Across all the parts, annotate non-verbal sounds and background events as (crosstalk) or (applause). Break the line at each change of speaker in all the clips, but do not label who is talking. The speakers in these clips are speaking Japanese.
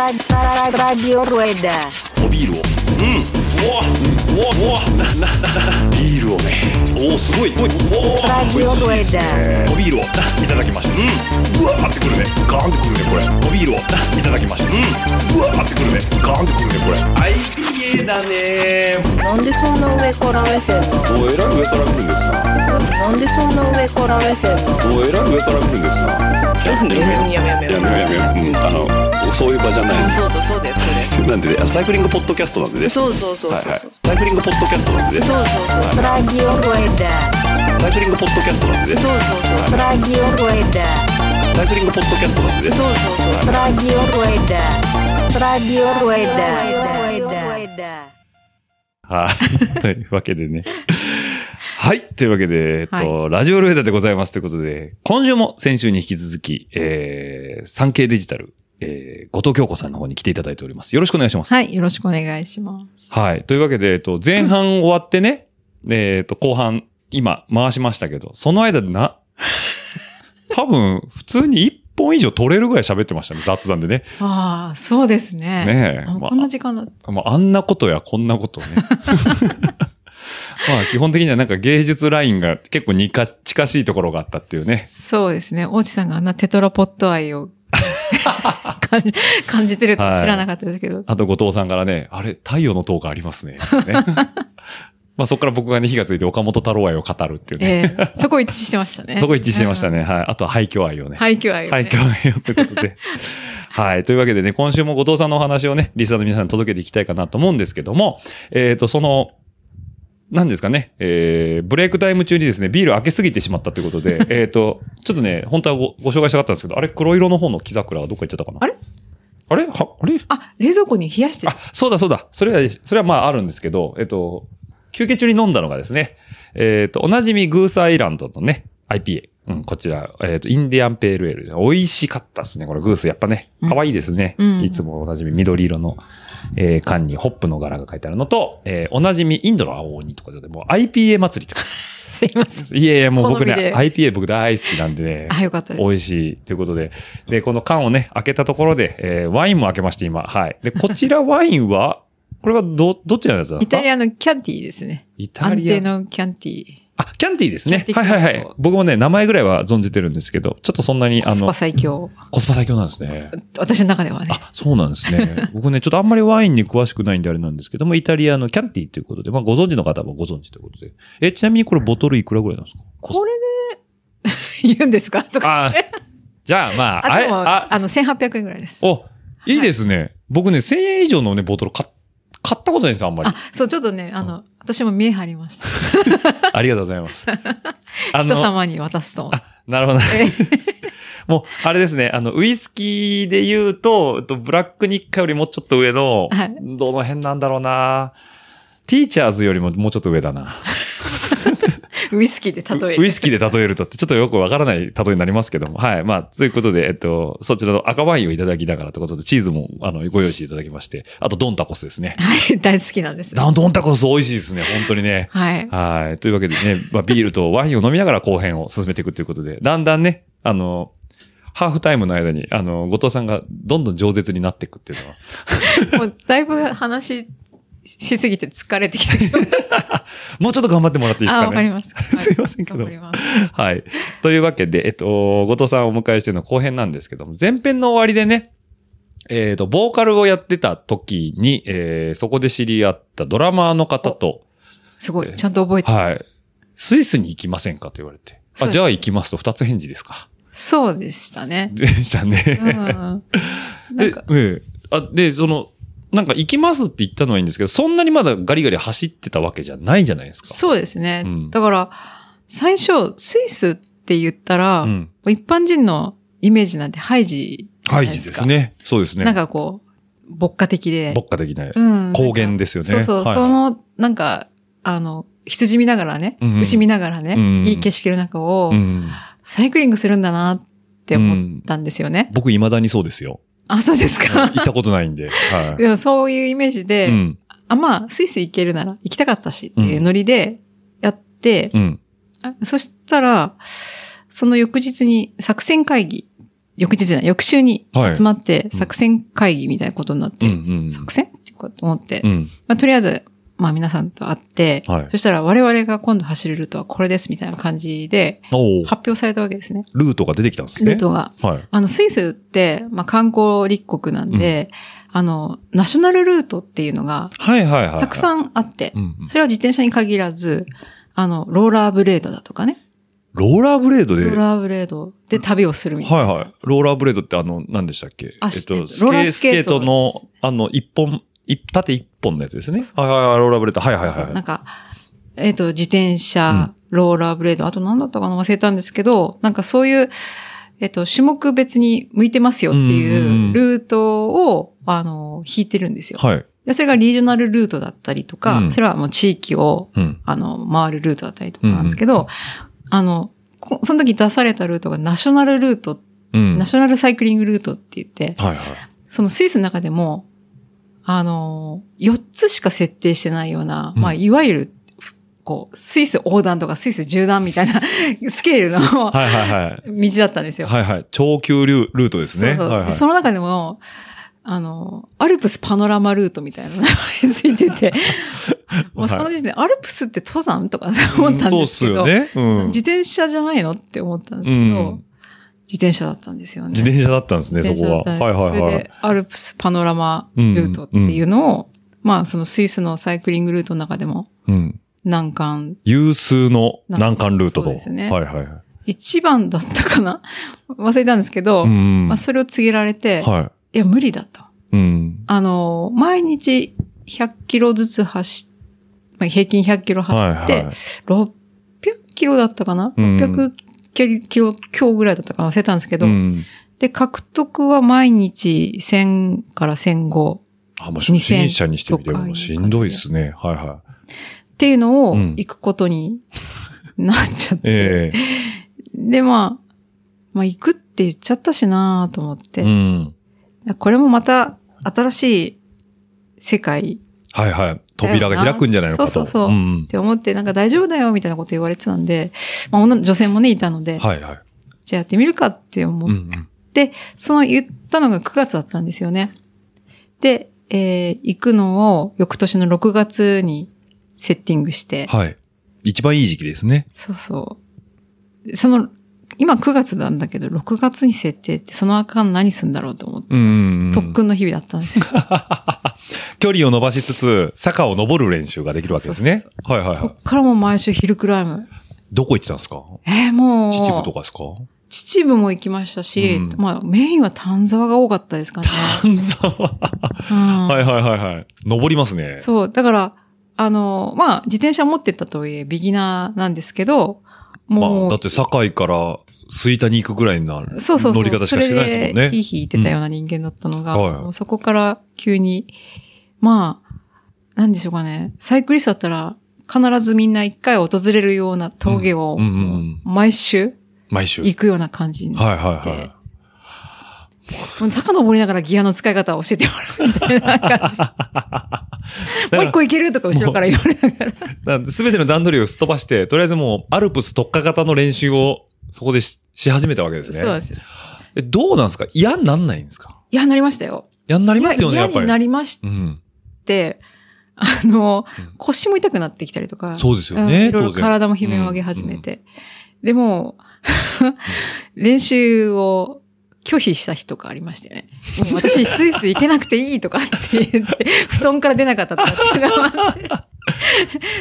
オルエダ
おビールを
うんうわうわうわなななな
ビールをね
おおすごいおお
ラジオルエダ
おビールを
いただきましたうんうわーってくるねガーンってくるねこれおビールをいただきましたうんうわーってくるねガーンってくるねこれ IPA だね
なんでそんな上から目線なの
おえらい上から来るんですな
なんでそんな上から目線なの
おえらい上から来るんですなちょっとねやめ
やめや
やめやめやめうんあのそういう場じゃない
そうそうそうだよそ
なんでねサイクリングポッドキャストなんでね
れそうそうそうそう
はい
そう
はいサイクリングポッドキャストなんでね
そうそうそう
ラジオルエダ
サイクリングポッドキャストなんでね
そうそうそう
ラジオルエダ
サイクリングポッドキャストなんでね
そうそうそう
ラジオルエダラジオルエダ
はい。というわけでね。はい。というわけで、えっと、
は
ラジオルエダでございますということで、今週も先週に引き続き、えー、産経デジタル、えー、後藤京子さんの方に来ていただいております。よろしくお願いします。
はい、よろしくお願いします。
はい。というわけで、えっと、前半終わってね、えっと、後半、今、回しましたけど、その間で (laughs) な、多分、普通に1本以上取れるぐらい喋ってましたね、雑談でね。
ああ、そうです
ね
ね。
え。
あ
まあ
こんな時間だ。
まあ、あんなことやこんなことね。まあ、基本的にはなんか芸術ラインが結構にか近しいところがあったっていうね。
そうですね。大地さんがあんなテトラポット愛を (laughs) 感じ感じてるとは知らなかったですけど。
あと、後藤さんからね、あれ、太陽の塔がありますね。ねまあ、そこから僕がね、火がついて岡本太郎愛を語るっていうね。
ええそこ一致してましたね。
そこ一致してましたね。はい。あとは廃墟愛を
うん。
ね。
廃墟愛を、ね。
はい、今日という
(laughs)
ことで。はい。というわけでね、今週も後藤さんのお話をね、リスナーの皆さんに届けていきたいかなと思うんですけども、えっ、と、その、何ですかね、えー、ブレイクタイム中にですね、ビール開けすぎてしまったということ
(laughs)
で、えっと、ちょっとね、本当はごご紹介したかったんですけど、あれ、黒色の方の木桜はどっか行っちゃったかな
あれ
あれはあれ
あ、冷蔵庫に冷やして
あ、そうだそうだ。それは、それはまああるんですけど、えっと、休憩中に飲んだのがですね、えっと、おなじみグースアイランドのね、IPA。うん、こちら、えっ、と、インディアンペールエールで。美味しかったですね。これ、グース。やっぱね、可愛いですね。
うん
いつもおなじみ緑色の、えー缶にホップの柄が書いてあるのと、えーおなじみインドの青鬼とかで、もう IPA 祭りとか。
すいません。
いやいや、もう僕
好み
ね、
で
IPA 僕大好きなんでね。
あ、よかったです。
美味しいということで。で、この缶をね、開けたところで、えーワインも開けまして、今。はい。で、こちらワインは、これはど、どっちのやつなんで
イ
すか
タリアのキャンティーですね。
イタ
安
リ
定
ア。
のキャンティー。
あ、キャンティーですね。
キャンテ
はいはいは
ィークラ
い
フト。
僕もね、名前ぐらいは存じてるんですけど、ちょっとそんなに、あ
コス
の
パ、最強。
コスパ最強なんですね。
私の中ではね。
あ、そうなんですね。
(laughs)
僕ね、ちょっとあんまりワインに詳しくないんであれなんですけども、イタリアのキャンティーということで、まあご存知の方もご存知ということで。え、ちなみにこれボトルいくらぐらいなんですか
これで言うんですかとか。
あ、じゃあまあ、
あ、でも、
あ
あの、1800円ぐらいです。
お、いいですね。僕ね、1000円以上のね、ボトル買っ買ったことないんですよ、あんまり
あ。、そう、ちょっとね、あの、私も見え張りました。
ありがとうござい
(laughs)
ます。あ
人
の、
様に渡すと。
なるほど。
え
(laughs) もう、あれですね、あの、ウイスキーで言うと、えっとブラックニッカよりもうちょっと上の、
はい
どの辺なんだろうなティーチャーズよりももうちょっと上だな。
ウイスキーで例え
ウ
る。
イスキーで例えるとって、ちょっとよくわからない例えになりますけども。はい。まあ、ということで、えっと、そちらの赤ワインをいただきながらということで、チーズも、あの、ご用意していただきまして、あと、ドンタコスですね。
はい、大好きなんです。
あドンタコス美味しいですね、本当にね。
はい。
はい。というわけでね、まあ、ビールとワインを飲みながら後編を進めていくということで、だんだんね、あの、ハーフタイムの間に、あの、後藤さんがどんどん饒舌になっていくっていうのは、
もう、だいぶ話しすぎて疲れてきたけど。
もうちょっと頑張ってもらっていいです
あ、
か
わかり
ね。
ました。は
(laughs) すいませんけど
頑張ります。
はい。というわけで、えっと、後藤さんをお迎えしての後編なんですけども、前編の終わりでね、えっ、と、ボーカルをやってた時に、えーそこで知り合ったドラマーの方と、
すごい、ちゃんと覚えて。
はい。スイスに行きませんかと言われて。
そ
あ、
うです
じゃあ行きますと二つ返事ですか。
そうでし
(laughs)
たね。
でしたね。
うん。なん
で
か、、
ええ。あ、で、その、なんか行きますって言ったのはいいんですけど、そんなにまだガリガリ走ってたわけじゃないじゃないですか。
そうですね
うん。
だから、最初、スイスって言ったら、
うん。
一般人のイメージなんてハイジじゃな
ハ
い
イ
で
ジ
す
で
か。
すね。そうですね。
なんかこう、牧歌的で。
牧歌的な
うん。
高原ですよね。
そうそう、
はい
その、なんか、あの、羊見ながらね、
うんうん
牛見ながらね、
うんうん
いい景色の中を
う、ん。
サイクリングするんだなって思ったんですよね。
僕未だにそうですよ。
あ、そうです
行
か。
ったことないんで。は
(laughs) でもそういうイメージ
い。
で、
うん。
あ、まあ、スイス行けるなら行きたかったしっていうノリでやって
う、ん。
あそしたら、その翌日に作戦会議、翌日じゃない、翌週に
はい
集まって作戦会議みたいなことになっ
う
て、
んうん。
作戦こうと思って、
うん。
まあ、とりあえず、まあ皆さんと会って、
はい
そしたら我々が今度走るルートはこれですみたいな感じで
おー
発表されたわけですね。
ルートが出てきたんですね。
ルートが。
はい。
あの、スイスって、まあ観光立国なんで、あの、ナショナルルートっていうのが
はいはいはいはい。
たく
ん。
さんあって、
うんうん
それは自転車に限らず、あの、ローラーブレードだとかね。
ローラーブレードで。
ローラーブレードで旅をするみたいな。
はいはい。ローラーブレードってあの、何でしたっけ
あ
えっ
えっ
と、
と
スケ
ローラー
ス
ス
ケ
ケ
ー
ー
ト
ト
の、あの、一本、い縦一本のやつですね。はいはいはい、ローラーブレード。はいはいはい。
なんか、えっ、と、自転車、ローラーブレード、あと何だったかな忘れたんですけど、なんかそういう、えっ、と、種目別に向いてますよって
うんうんう
い
ん
うルートを、あの、引いてるんですよ。
はい。
でそれがリージョナルルートだったりとか、
うん
それはもう地域を、
うん。
あの、回るルートだったりとかなんですけど、あの、こその時出されたルートがナショナルルート、
うん。
ナ
はい
ショナルサイクリングルートって言って、
はい。
そのスイスの中でも、あの、4つしか設定してないような、まあ、いわゆる、こう、スイス横断とかスイス縦断みたいな (laughs) スケールの道
はいはいはい。
だったんですよ。
はいはい。超級ルルートですね。
そうそう
はいはい
でその中でも、あの、アルプスパノラマルートみたいな名前つい
(laughs)
てて、もうその時点で、アルプスって登山とか (laughs) 思ったんですけど、
そうっすよね。うん。自
自転車じゃないのって思ったんですけど、
うん
自転車だったんですよね。
転車だったんですね、そ
電車だ
こ
っ
は。
たん
はいはいは
それ
い
で。、アルプスパノラマルートっていうのを、まあ、そのスイスのサイクリングルートの中でも、
うん。
難関
有数の難関ルートと。
そうですね
はいはいはい。
一番だったかな (laughs) 忘れたんですけど、
うん。
まあ、それを告げられて、、
はい
や、無理だと。
い。うん。
あの、毎日100キロずつ走っ、まあ、平均100キロ
はい
走っ
はい。
て、600キロだったかな、
うん
600キロ強ぐらいだったかな忘れたんですけど、
うん。
で、獲得は毎日1000から1005。
あ、もう初心者にしてみて
2000とか
もしんどいですね。はいはい。
っていうのを
うん
行くことになっちゃって。
(laughs) え
で、まあ、まあ行くって言っちゃったしなぁと思って、
え。うん。
これもまた新しい世界
はいはい。扉が開くんじゃないのかと。
そうそうそうんって思って、なんか大丈夫だよみたいなこと言われてたんで、まあ女女性もねいたので、
はいはい。
じゃあやってみるかって思
うん
っ
うん。
て、その言ったのが9月だったんですよね。で、えー行くのを翌年の6月にセッティングして、
はい。一番いい時期ですね。
そうそう。その、今9月なんだけど、6月に設定って、その間何すんだろうと思って、
うんうんうん。
特訓の日々だったんですよ。
距離を伸ばしつつ、坂を登る練習ができるわけですね。はいはい
そ
は
っからもう毎週ヒルクライム。
い。どこ行ってたんですか
えーもう、
秩父とかですか
秩父も行きましたし、
うん
まあメインは丹沢が多かったですかね。
丹沢。
う
(laughs)
ん
はいはいはいはい。登りますね。
そう、だから、あの、まあ自転車持ってったとはいえ、ビギナーなんですけど、
ま
もう、
あ、だって堺から吹田に行くぐらいな乗り
そうそうそう。
方しかしてないですもん
それで、ひ
ね
い。ひい言ってたような人間だったのが、
うんはい
もうそこから急に、まあ、なんでしょうかね。サイクリストだったら、必ずみんな一回訪れるような峠を、
うんうんうんうん
毎週
毎週。はい
行くような感じに。
はいはい。
もう坂登りながらギアの使い方を教えてもらうみたい
(laughs)
な感じ。もう一個行けるとか後ろから言われながら。
すべての段取りをすっ飛ばして、とりあえずもう、アルプス特化型の練習を、そこでしし始めたわけですね。
そうなんです。い
え、どうなんですか嫌になんないんですか
や、なりましたよ。
嫌になりますよね、
い
や
や
っぱ
嫌に
り。
なりまし
うん。
て、あの
うん、
腰も痛くなってきたりとか。
そうですよ
う
ね。
んいろいろ
当然
体も悲鳴を上げ始め。て。でも、練習を拒否した日とかありましてね。もう私、スイス行けなくていいとかって
(laughs)
言って、布団から出なかったとかっていうのもあって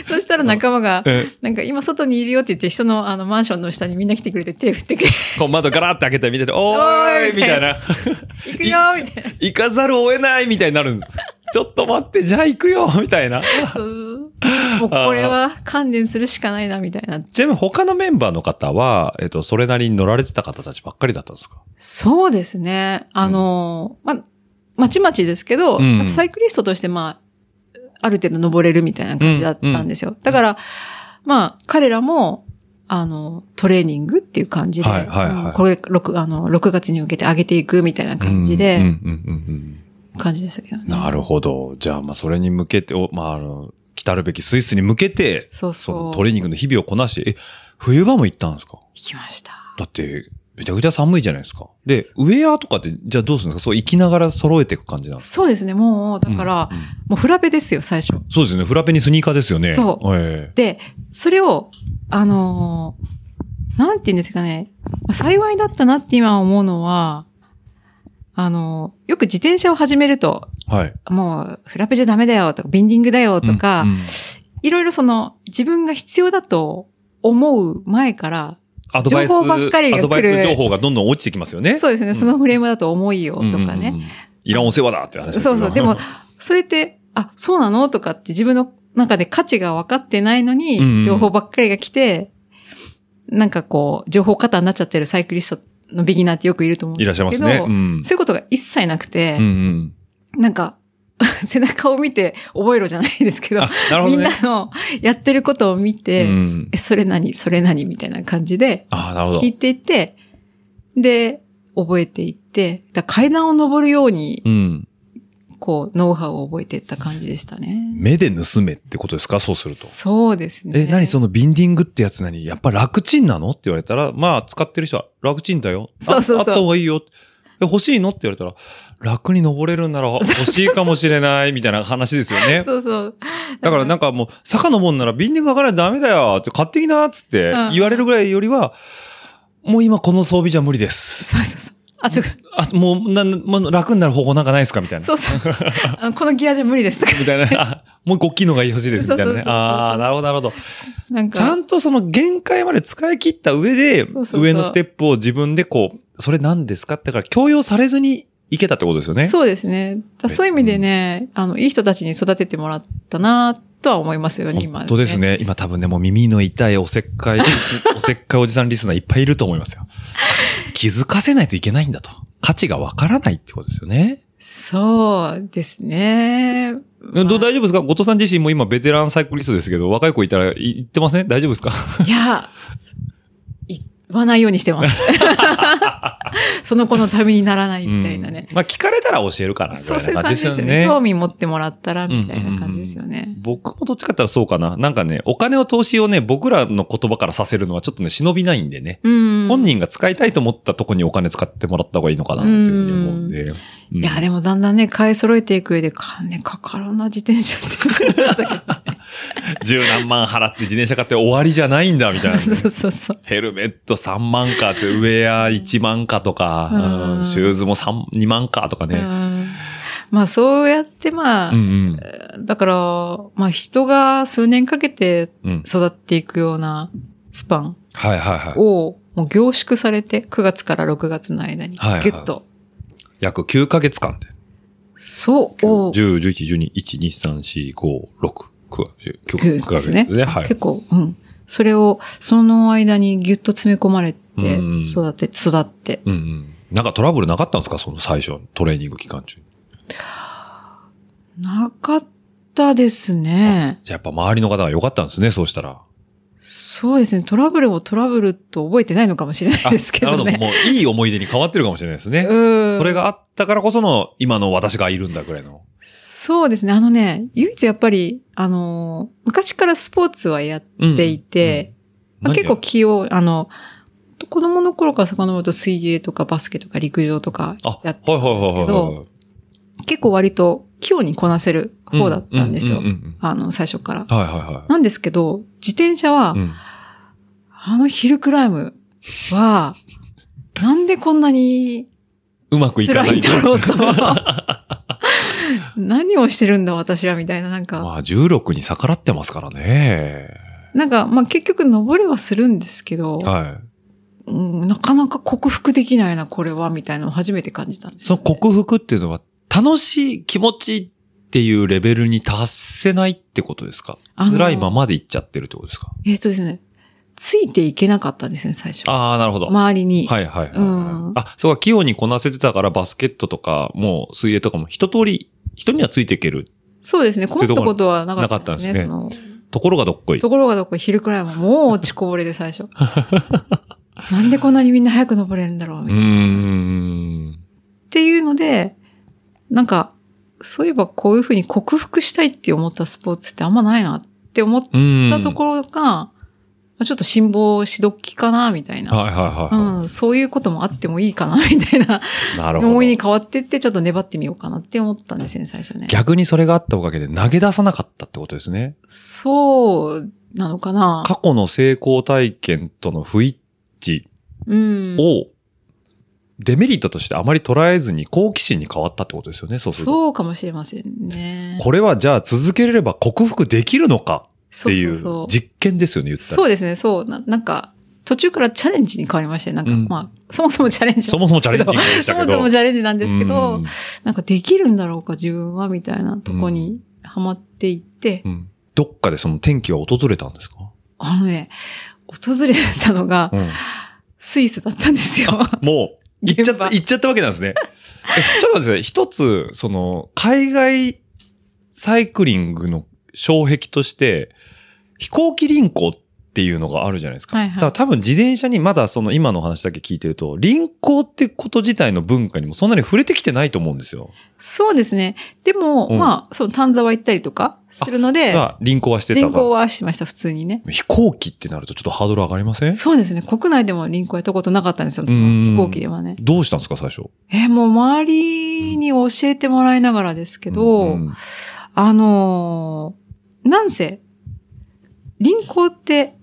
そしたら仲間が
うん、え、
なんか今外にいるよって言って、人のあのマンションの下にみんな来てくれて手振ってくれ、
こう窓ガラッて開けて見
(laughs)
てて、おーい
おーい
みたいな。
行くよーみた
(laughs)
いな。
行かざるを得ないみたいになるんです。ちょっと待って、じゃあ行くよみ (laughs) たいな。
そうもうこれは観念するしかないなみたいな。
ちなみに他のメンバーの方は、えっと、それなりに乗られてた方たちばっかりだったんですか
そうですね。あの、ま、まちまちですけど、
うん
サイクリストとして、まあ、ある程度登れるみたいな感じだったんですよ。だから、まあ、彼らも、あの、トレーニングっていう感じで、
はいはいはい
あのこれ、6、あの、6月に向けて上げていくみたいな感じ
うんうん
で、
うんうん
感じでしたけどね。
うん。なるほど。じゃあ、まあ、それに向けて、おまあ、あの、来たるべきスイスに向けて、
そう
そ
そ
の
う。
トレーニングの日々をこなして、え、冬場も行ったんですか
行きました。
だって、めちゃくちゃ寒いじゃないですか。で、ウェアとかって、じゃあどうするんですかそう、行きながら揃えていく感じなんです
そうですね、もう、だから、もうフラペですよ、最初。
かそうですよね。フラペにスニーカーですよね。。
そう
え
で、それを、あのーなんて言うんですかね、まあ幸いだったなって今思うのは、あのーよく自転車を始めると、
えはい。
もう、フラペじゃダメだよとか、ビンディングだよとか、
うんうん
いろいろその、自分が必要だと思う前から、
アドバイス、
情報ばっかりが来る
アドバイス情報がどんどん落ちてきますよね。
そうですね、
ん
そのフレームだと思いよとか
うんうん
ね。
うん。いらんお世話だって話ですけ
そ
ど
うそう、でも、、それって、あ、そうなのとかって自分の中で価値が分かってないの
うんうん
に、情報ばっかりが来て、なんかこう、情報過多になっちゃってるサイクリストのビギナーってよくいると思うん
いらっし
です
ゃ
け
い
ど、
ますね。うん。
そういうことが一切なくて
うんう、ん。
なんか、 (laughs) 背中を見て覚えろじゃないですけど、
あ、なるほ
み
ど
ん
ね。
なのやってることを見て、
うん
え、それ何それ何みたいな感じで
あーなるほど。
聞いていって、で、覚えていって、だから階段を登るように、
うん。
こう、ノウハウを覚えていった感じでしたね。
目で盗めってことですかそうすると。
そうです
え、
ね。
何そのビンディングってやつ何やっぱ楽ちんなのって言われたら、まあ使ってる人は楽ちんだよ。あ
そうそうそう
あった方がいいよ。え欲しいのって言われたら、楽に登れるんなら欲しいかもしれないみたいな話ですよね。
そうそう。
だからなんかもう、坂のもんならビンディングかからないとダメだよって買ってきなっつって
うん
言われるぐらいよりは、もう今この装備じゃ無理です。
そうそうそう。あと、
あ、もうな、もう楽になる方法なんかないですかみたいな。
そう
(laughs)
そうそう。あのこのギアじゃ無理ですとか。
みたいな。 (laughs) あもう一個大きいのが欲しいです。みたいな
そうそうそう
ね。
そう
ああ、なるほど、なるほど。
なん
ちゃ
か、
んとその限界まで使い切った上で、
そうそうそう
上のステップを自分でこう、それ何ですかってだから強要されずにいけたってことですよね。
そうですね。だそういう意味でね、あの、いい人たちに育ててもらったなとは思いますよね、今。
本当です。ね。今多分ね、もう耳の痛いおせっかい、 (laughs) おせっかいおじさんリスナーいっぱいいると思いますよ。気づかせないといけないんだと。価値がわからないってことですよね。
そうですね。
どう
まあ
大丈夫ですか後藤さん自身も今ベテランサイクリストですけど、若い子いたらい言ってません大丈夫ですか
いや、言わないようにし
(laughs)
てます。 (laughs) その子のためにならないみたいなね。
うんまあ聞かれたら教えるから。
そうそうい
ぐら
う感
な
じですよね。興味持ってもらったらみたいな感じですよね。
僕もどっちかって言ったらそうかな。なんかね、お金を投資をね、僕らの言葉からさせるのはちょっとね、忍びないんでね。
うん。
本人が使いたいと思ったとこにお金使ってもらった方がいいのかなっていうふうに思うんで。
いや、
ね。
でもだんだんね、買い揃えていく上で、金かかるな、自転車って。
十何万払って自転車買って終わりじゃないんだ、みたいなね。
(laughs) そうそうそう。
ヘルメット3万かって、ウェア1万かとか、
うん
うんシューズも三2万かとか
う
ね。
んまあ、そうやって、まあ
うん、うん。
だから、まあ、人が数年かけて
うん。
育っていくようなスパン
はいはいはい。
を、もう凝縮されて、9月から6月の間に、ギ
はいはい
ュッと、
約9ヶ月間で。
そう、を
10、11、12、1、2、3、4、5、6、9、9ヶ月
です
で
ね。
すね。はい。
結構、うん。それを、その間にギュッと詰め込まれて
うん、
育て、育って。
うんうん。なんかトラブルなかったんですかその最初、トレーニング期間中。
なかったですね。
じゃあやっぱ周りの方が良かったんですね、そうしたら。
そうですね。トラブルをトラブルと覚えてないのかもしれないですけ
な
ど
るほど。
ね。
もういい思い出に変わってるかもしれないですね。
うん。
それがあったからこその今の私がいるんだぐらいの。
そうですね。あのね、唯一やっぱり、あのー昔からスポーツはやっていて、まあ結構気を、あの、子供の頃から遡ると水泳とかバスケとか陸上とか
あ、はい
やっ
はいはいはいはい。
結構割と器用にこなせる方だったんですよ
ううう。ん
あの、最初から。
うんはいはいは
なんですけど、自転車は、
い。うん
あのヒルクライムは、なんでこんなに
うまくいかな
辛
い。
いんだろうと。何をしてるんだ私はみたいな、なんか、
まあ、16に逆らってますからね。
なんか、まあ結局登れはするんですけど、
はい。
うんなかなか克服できないな、これは、みたいなのを初めて感じたんです
そ
よ
の
ね、
克服っていうのは、楽しい気持ちいいっていうレベルに達せないってことですか
あの
辛いままでいっちゃってるってことですか
えっ、とですね、ついていけなかったんですね、最初。
ああ、なるほど。
周りに。
はいはいはいはい。
うん
あ、そうか、器用にこなせてたからバスケットとか、もう水泳とかも一通り、人にはついていける。
そうですね、こったことはなかったんです
な
ね。そ
か
の
ところがどっこい。
ところがどこか昼くらいはもう落ちこぼれで最初。 (laughs) なんでこんなにみんな早く登れるんだろうみ
う
た
ー
いな、っ
ん。
ていうので、なんか、そういえばこういうふうに克服したいって思ったスポーツってあんまないなって思っ
うん。
たところが、まあちょっと辛抱しどきかな、みたいな。
はいはいはい。
うん、そういうこともあってもいいかな、みたいな
なるほ
思いに
ど。
変わってって、ちょっと粘ってみようかなって思ったんですよね、最初ね。
逆にそれがあったおかげで投げ出さなかったってことですね。
そうなのかな。
過去の成功体験との不一致
うん。
を、デメリットとしてあまり捉えずに好奇心に変わったってことですよね、そうすると。
そうかもしれませんね。
これはじゃあ続けれれば克服できるのかっ
そ
て
う
い
そううそう。
実験ですよね、言ってたら
そうですね、そう。ななんか、途中からチャレンジに変わりまして、なんか、
うん
まあ、そもそもチャレンジ。
(laughs) そもそもチャレンジでした
そ
けど。
もそもチャレンジなんですけ
う
ど、
ん
なんかできるんだろうか、自分は、みたいなとこにハマっていって、
うんどっかでその天気は訪れたんですか、
あのね、訪れたのが
うん
スイスだったんですよ。
もう、行っちゃった、
現場
行っちゃったわけなんですね。えちょっと待ってください。一つ、その、海外サイクリングの障壁として、飛行機輪行っていうのがあるじゃないですか。
はいはい
だから多分自転車にまだその今のお話だけ聞いてると、輪行ってこと自体の文化にもそんなに触れてきてないと思うんですよ。
そうですね。でも、
うん
まあ、その丹沢行ったりとかするので、
が、輪行はしてた
輪
が
行。はしてました、普通にね。
飛行機ってなるとちょっとハードル上がりません
そうですね。国内でも輪行やったことなかったんですよ、そ
うん
の飛行機ではね。
どうしたんですか、最初。
えーもう周りに教えてもらいながらですけど、
うんうん
あのーなんせ、輪行って、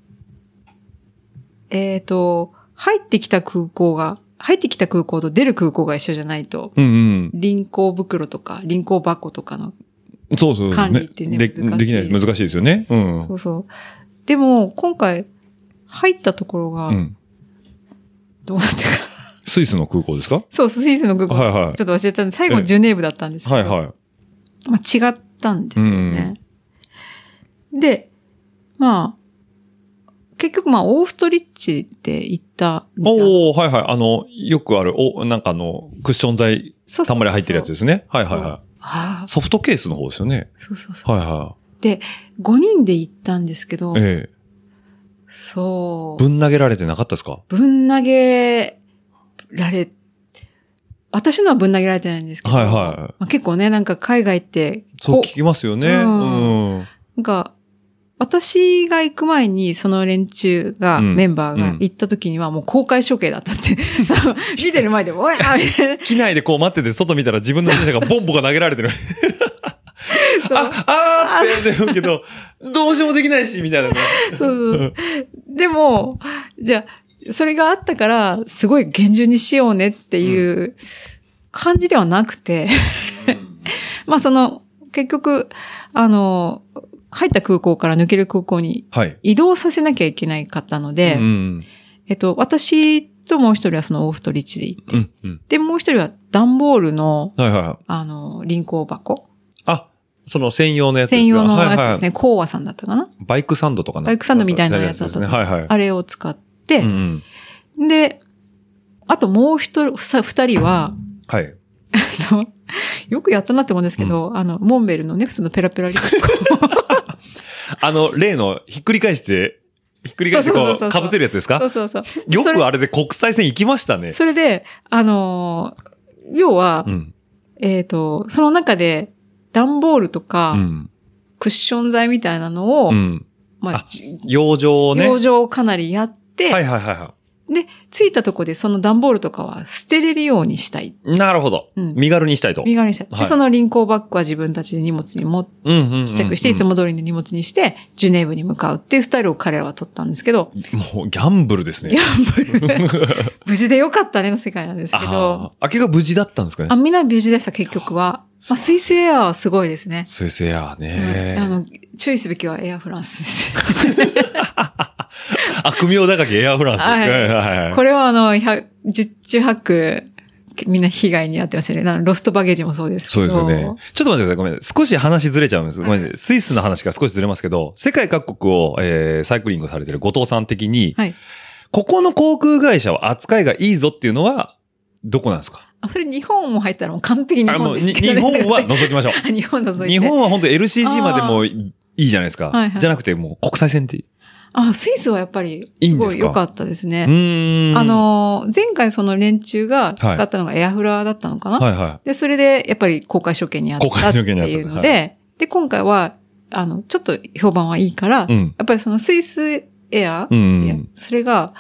えっ、と、入ってきた空港が、入ってきた空港と出る空港が一緒じゃないと、
うんうん。
輪行袋とか輪行箱とかの、
そうそうそう、
管理ってね
で
難しい
できない、難しいですよね。うん。
そうそう。でも、今回、入ったところが
う、ん。
どうだったか、
スイスの空港ですか
そう、スイスの空港、
はいはい
ちょっと忘れちゃった。最
え
後、
え
ジュネーブだったんですけど、
はいはい。
まあ、違ったんですよね。で、まあ、結局まあ、オーストリッチで行ったんですよ。
おおはいはい。あの、よくある、お、なんかあの、クッション材、
そうそうそう
たんまり入ってるやつですね。はいはい
そう
は
あ
い。
あ、
ソフトケースの方ですよね。
そうそうそう。
はいは
で、5人で行ったんですけど
い。、ええ
そう。
ぶん投げられてなかったですか
ぶん投げられ、私のはぶん投げられてないんですけど、
はいは
まあ、結構ね、なんか海外って、
い。そう
こ
聞きますよね。う
う
ん。
んなんか、私が行く前に、その連中が、
うん
メンバーが
うん
行った時には、もう公開処刑だったって、 (laughs) その見てる前で、おらみたいな。
機内でこう待ってて、外見たら自分の自転車がボンボが投げられてる。
そう
あ、あーって言うけ
(laughs)
ど、どうしようもできないし、みたいなね。
そうそう。でも、じゃあ、それがあったから、すごい厳重にしようねっていう感じではなくて、 (laughs) まあその、結局、あの、入った空港から抜ける空港に
はい。
移動させなきゃいけないかったので、
うん。
えっと、私ともう一人はそのオーストリッチで行っ
うん。うん。
て、もう一人は段ボールの、
はいはいはい。
あの、輪行箱
あ、その専用のやつですか
専用のやつ
はい
で
は
すね。
い。
コーワさんだったかな
バイクサンドとかな
バイクサンドみたいなやつだったと
ね。
思う
はいはい。
あれを使って、
うんうん。
で、あともう一人、さ二人は、 (laughs)
はい。
あのよくやったなって思うんですけど、あの、モンベルのね、普通のペラペラリコ
あの、例の、ひっくり返して、ひっくり返して
そうそ
こ、
うそうう
か
そう
ぶせるやつです
(laughs) そう
か
そうそう。
よ
それ
くあれで国際線行きましたね。
それで、あのー要は、
うん。
えっ、と、その中で、段ボールとか、
うん。
クッション材みたいなのを、
うん。
ま
あ
あ、じ
養生をね。
養生をかなりやって、
はいはいはいは
で、着いたとこでその段ボールとかは捨てれるようにしたい。
い。なるほど。
うん
身軽にしたいと。
身軽にしたい。で
はい
その輪行バッグは自分たちで荷物に持って、
うんうんうんうん。
ちっちゃくして、いつも通りの荷物にして、ジュネーブに向かうっていうスタイルを彼らは取ったんですけど、
もう、ギャンブルです
ギ
ね。
ャンブル。 (laughs) 無事でよかったねの世界なんですけ
あ
ど、
あ。明けが無事だったんですか
あ、
ね。
みんな無事でした、結局は。まあ、スイスエアはすごいですね。
先生や
うんあ
ね。
の、注意すべきはエアフランスです。
悪名高きエアフランスです。
はい
はいはい
(laughs) これはあの、100 10中8みんな被害に遭ってますよね。なロストバゲージもそうですけ
そう
ど。
ですよね。ちょっと待ってください。ごめんなさい。少し話ずれちゃうんです。ごめんなさ。
はい
スイスの話から少しずれますけど、世界各国を、えーサイクリングされてる後藤さん的に、
はい。
ここの航空会社は扱いがいいぞっていうのは、どこなんですか
あ、それ日本も入ったらもう完璧に日
あも
本
う
です
に
けど、
日
ね。
本は除きましょ
あ (laughs) 日本だ
う。
ぞ。
日本は本当 LCC までもいいじゃないですか。
はいはい
じゃなくてもう国際線って。
あ、スイスはやっぱり、
いい
す
んですか
ごい良かったです
う
ね。
ーん。
あ、のー、前回その連中が使ったのがエアフラだったのかな、
はいは
で、それで、やっぱり公開処刑にあったってい
公開
う
処刑にあ
の
った
で、で、今回は、あの、ちょっと評判はいいから、
い。うん。
やっぱりそのスイスエア、
うん
いやそれが、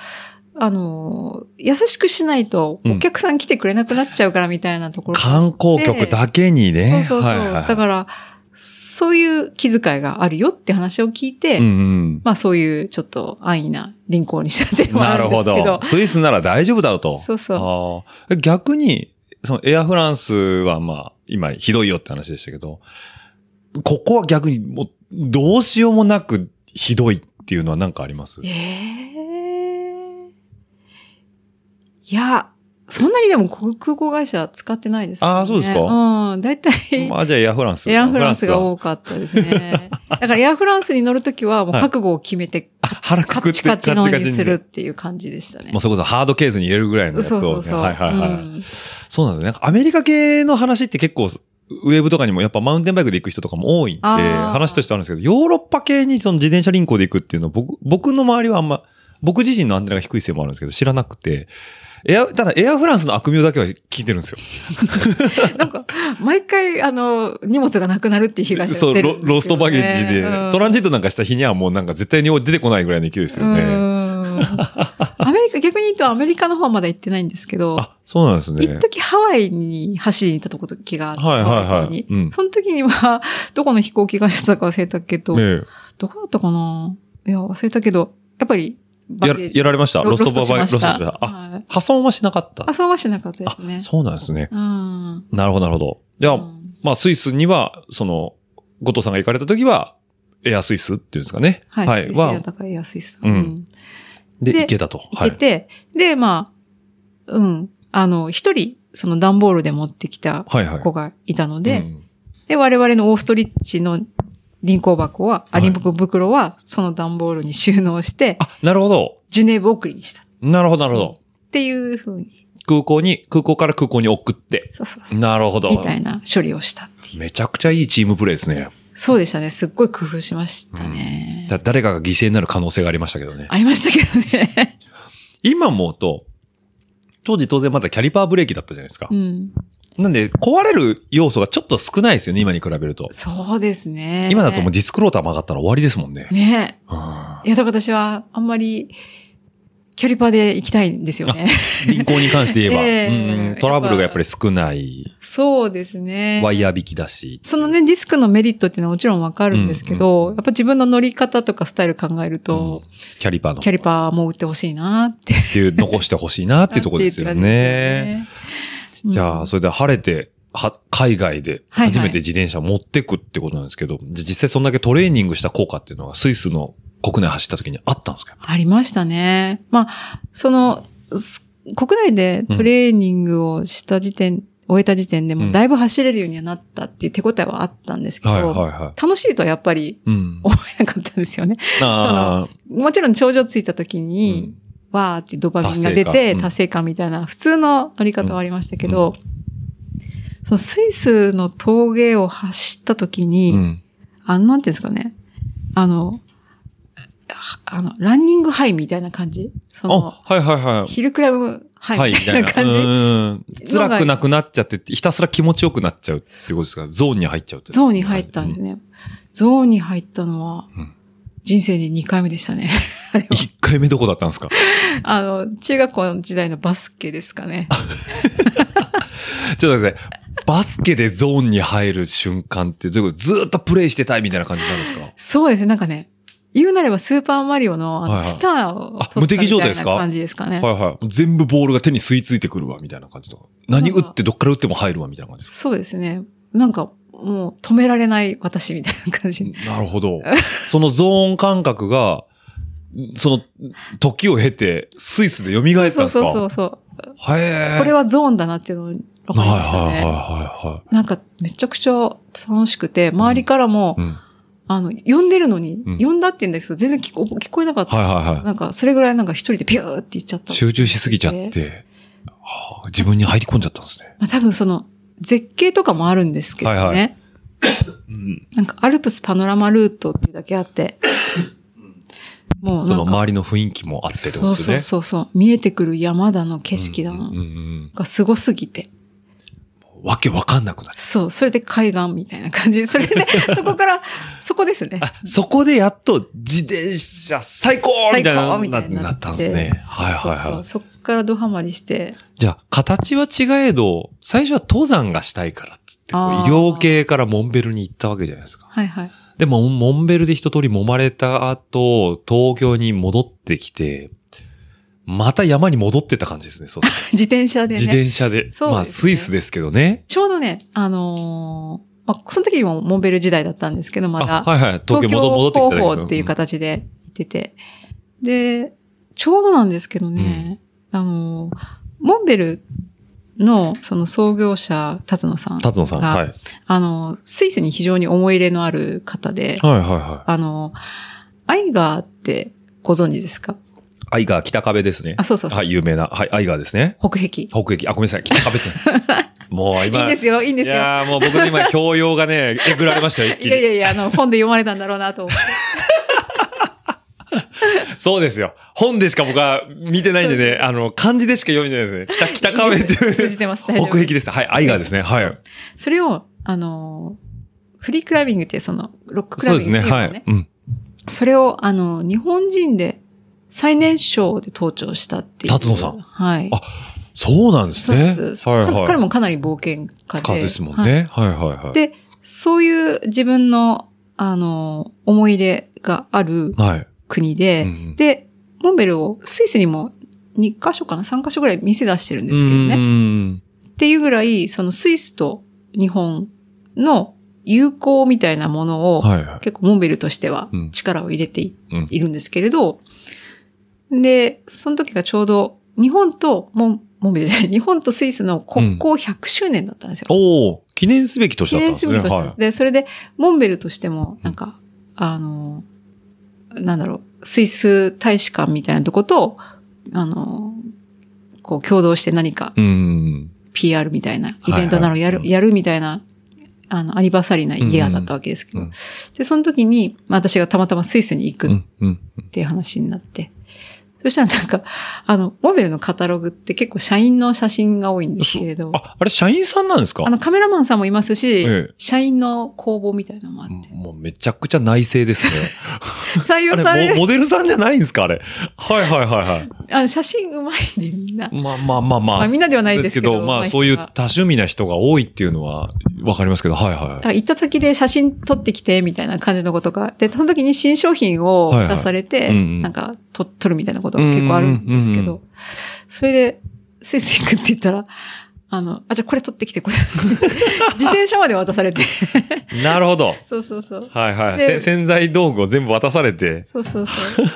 あのー、優しくしないとお客さん来てくれなくなっちゃうからみたいなところ。
観光局だけにね。
そうそうそう。
はいはい
だから、そういう気遣いがあるよって話を聞いて、
うん
まあそういうちょっと安易な輪行にした
うん。
点もあ
な
る
る
んで
ほ
すけど。
ど。スイスなら大丈夫だろうと。
そうそう。
あー逆に、そのエアフランスはまあ、今ひどいよって話でしたけど、ここは逆にもう、どうしようもなくひどいっていうのは何かあります
ええいや、そんなにでも空港会社使ってないですね。
あーそうですか
うん。だいたい、
まあじゃあエアフランス。
エアフランスが
は
多かったですね。だからエアフランスに乗るときはもう覚悟を決めて、
あ、腹く
カ
くっ
ッチ
て
カチのにする
ね
っていう感じでしたね
もう。それこそハードケースに入れるぐらいのやつ
そ
を
う
ね。
そうそう。
はいはいはい。
うん
そうなんですね。アメリカ系の話って結構、ウェブとかにもやっぱマウンテンバイクで行く人とかも多いんで、
あー
話としてあるんですけど、ヨーロッパ系にその自転車輪行で行くっていうのは僕、僕の周りはあんま、僕自身のアンテナが低いせいもあるんですけど、知らなくて、エア、ただエアフランスの悪名だけは聞いてるんですよ。
なんか、毎回、あの、荷物がなくなるっていう被害者
そう、
出る
ロ
んですよね
ローストバゲージで、
うん
トランジットなんかした日にはもうなんか絶対に出てこないぐらいの勢いですよ
う
ね。 (laughs)
んアメリカ、逆に言うとアメリカの方はまだ行ってないんですけど、
あ、そうなんですね
一。時ハワイに走りに行ったとこと気があって、
はいはいはい
ハワイに
うん
その時には、 (laughs) どこの飛行機会社だか忘れたけど、
ね
どこだったかないや、忘れたけど、やっぱり、
え
バ
や
ゲージ
やられました。
ロ
ロストババイ
ロ
ロ
ス
ス
ト
ト
しま
バ
した
ゲージ。あ、
はい
破損はしなかった。
あ、そうはしなかったで
あ
すね。
そうなんですね。
うん。
なるほど、なるほど。じゃあ、
うん
まあ、スイスには、その、後藤さんが行かれた時は、エアスイスっていうんですかね。
はい。
はい。は、
高い安いさ
うん
うん
で、
で
行けたと。はい。
行けて、で、まあ、うん。あの、一人、その段ボールで持ってきた
はいはい。
子がいたので、
うん
で、我々のオーストリッチの輪行箱は、あ、
はい
輪行袋は、その段ボールに収納して、
あ、なるほど。
ジュネーブ送りにした。っ
なるほど、なるほど。
ていうふうに、
空港に、空港から空港に送って。
そうそうそう。
なるほど。
みたいな処理をしたっていう。
めちゃくちゃいいチームプレーですね。
そうでしたね。すっごい工夫しましたね。
だ誰かが犠牲になる可能性がありましたけどね。
ありましたけどね。
今思うと、当時当然まだキャリパーブレーキだったじゃないですか
う。ん。
なんで、壊れる要素がちょっと少ないですよね、今に比べると。
そうですね。
今だともうディスクローター曲がったら終わりですもんね。
ね
うん
いや、だから私は、あんまり、キャリパーで行きたいんですよね。
輪行に関して言えば、
(laughs) ええ
うん、トラブルがやっぱり少ない、
そうですね。
ワイヤー引きだし。
そのね、ディスクのメリットっていうのはもちろんわかるんですけど、やっぱ自分の乗り方とかスタイル考える
うん
と、
キャリパーの
キャリパーも売ってほしいなって。
っていう、残してほしいなっていうところですよね。
うん
じゃあ、それで晴れて、は、海外で
はいはい
初めて自転車持ってくってことなんですけど、じゃあ実際そんだけトレーニングした効果っていうのがスイスの国内走った時にあったんですか
ありましたね。まあ、その、す国内でトレーニングをした時点、終えた時点で
う
も
ん
だいぶ走れるようにはなったっていう手応えはあったんですけど、
はいはいは
楽しいとはやっぱり
い。うん。
思えなかったんですよね。
あ
もちろん頂上ついた時
ー
に、
うん
わーってドーパミンが出て、達成
達成
感
感,、
みたいな、普通の乗り方はありましたけど、そのスイスの峠を走った時に、
うん。
あの、なんていうんですかね、あの、はあの、ランニングハイみたいな感じそ
あ、
の、
はいはいはい。
ヒルクラブハ
はい、
イ
み
み
た
た
い
い
な
な感じ、
うん辛くなくなっちゃって、ひたすら気持ちよくなっちゃうっていうことですかゾーンに入っちゃうって。
ゾーンに入ったんですね。ゾーンに入ったのは、
うん
人生で2回目でしたね。 (laughs)
一回目どこだったんですか
あの、中学校の時代のバスケですかね。
ちょっと待ってください。バスケでゾーンに入る瞬間って、どういうことずーっとプレイしてたいみたいな感じなんですか
そうですね、なんかね、言うなればスーパーマリオのあの
はいはい
スターを
あ
取った
無敵状態
みたいな感じですかね。
はいはい。全部ボールが手に吸い付いてくるわ、みたいな感じとか。何打ってどっから打っても入るわ、みたいな感じです
そうですね。なんか、もう止められない私みたいな感じ。
か。なるほ
(laughs)
ど。そのゾーン感覚が、その時を経て、スイスで蘇ったんです
そ
か
うそうそうそう。
へー
これはゾーンだなっていうのを分かりました
はいはいはい
ね。
はいはい。
なんか、めちゃくちゃ楽しくて、周りからも、
うん。
あの、呼んでるのに、
うん
呼んだって言うんですけど、全然聞こ聞こえなかった。
はいはいは
なんか、それぐらいなんか一人でピューって言っちゃった。
い。集中しすぎちゃって、はあ自分に入り込んじゃったんですね。
まあ多分その、絶景とかもあるんですけどね。
はいは
うんなんか、アルプスパノラマルートっていうだけあって、もう
そ
な
の
んか、
周りの雰囲気もあってってことですね。
そうそうそうそう、見えてくる山だの景色だの、
うんうんうん
がすごすぎて。
わけわかんなくなる。
そう、それで海岸みたいな感じ。それで、そこから、そこですね。
あ、そこでやっと自転車最高みたいな、
最高みた
ない
に
な
な
っ
ったた
ん
ん
ですね。はいはい
そ
は
う
い。
そっからドハマりして。
じゃあ、形は違えど、最初は登山がしたいからっつって、こう
あ
医
ー
療系からモンベルに行ったわけじゃないですか。
は
(laughs)
いはい。
でも、モンベルで一通り揉まれた後、東京に戻ってきて、また山に戻ってった感じですね、そうです
自転車で
自
ね。
転車で。
そうですね
まあ、スイスですけどね。
ちょうどね、あのーまあ、その時もモンベル時代だったんですけど、まだ。
あはいはい。東京戻戻ってきただけで
東京
す
広報っていう形で行ってて。で、ちょうどなんですけどね、あの、モンベルのその創業者、達野さん。
達野さん。
が
はい。はい
あの、スイスに非常に思い入れのある方で、
はいは
あの、アイガーってご存知ですか
い。アイガー北壁ですね。
あ、そうそうそう。
はい、有名な。はい、アイガーですね。
北壁。
北駅。あ、ごめんなさい。北壁って。もう
い
今。
いんですよ、いいんで
い
すよ。
やーもう僕の今、教養がね、えぐられましたよ、一
い
気
やい
に。
やいや、あの、本で読まれたんだろうなと
(laughs)
思って。
そうですよ。本でしか僕は見てないんでね、あの、漢字でしか読んでないですね。北、北壁っていう。
通じてます大丈夫
北壁です。はい、アイガーですね。はい。
それを、あの、フリークライミングってその、ロッククラ
そう
イ
で
ミ
す
ング
ね。
っ
は
ていうのね
い。うん。
それを、あの、日本人で最年少で登頂したっていう。
達野さん
はい。
あそうなんで
そ
す
う
ね。
です。
はい
か
はい。
彼もかなり冒険家で。
かですもん
はい
ね。はいはいはい。
で、そういう自分の、あの、思い入れがある
はい。
国で、
うんうん
で、モンベルをスイスにも2カ所かな ?3 カ所ぐらい店出してるんですけどね。
うー
っ
ん。
ていうぐらい、そのスイスと日本の友好みたいなものを、
はいはい。
結構モンベルとしては
うん
力を入れてい,、
うん
るんですけれど、で、その時がちょうど日本とモン、モンベルじゃない、 (laughs) 日本とスイスの国交100周年だったんですよ。
おお記念すべき年
記
だったん
念
ですす
べ
ね。
き年なんです。で、それで、モンベルとしても、なんか、あの、なんだろう、スイス大使館みたいなとこと、あの、こう、共同して何か
はい。うん。
PR みたいな、イベントなのやる、
はいはい
やるみたいな、あの、アニバーサリーなイヤーだったわけですけど、
うんうん
で、その時に、まあ、私がたまたまスイスに行く
う
っ
ん。うん。
ていう話になって、そしたらなんか、あの、モンベルのカタログって結構社員の写真が多いんですけれど、
あ、あれ、社員さんなんですか
あの、カメラマンさんもいますし、
ええ
社員の工房みたいなのもあって、
もうめちゃくちゃ内政ですね。
(laughs) 採
あ
用され
れ、
る
モ。モデルさんじゃないんですかあれ。はいはいはいはい。
あの写真うまいね、みんな。
まあまあまあまあ。
まあみんなではないですけど
ま
ま
あ
あ
そういう
人が
多趣味な人が多いっていうのはわかりますけど、はいは
だから行った先で写真撮ってきて、みたいな感じのことが。で、その時に新商品を
はいはい
出され
うんう
て、
ん
なんか撮撮るみたいなことが結構あるんですけ
うんうんうんう
ど。それで、スイス行くって言ったら、あの、あ、じゃあこれ撮ってきて、これ。 (laughs) 自転車まで渡されて。 (laughs)
い。なるほど。
そうそうそう。
はいはい。
で
せ洗剤道具を全部渡されて。
そうそうそう。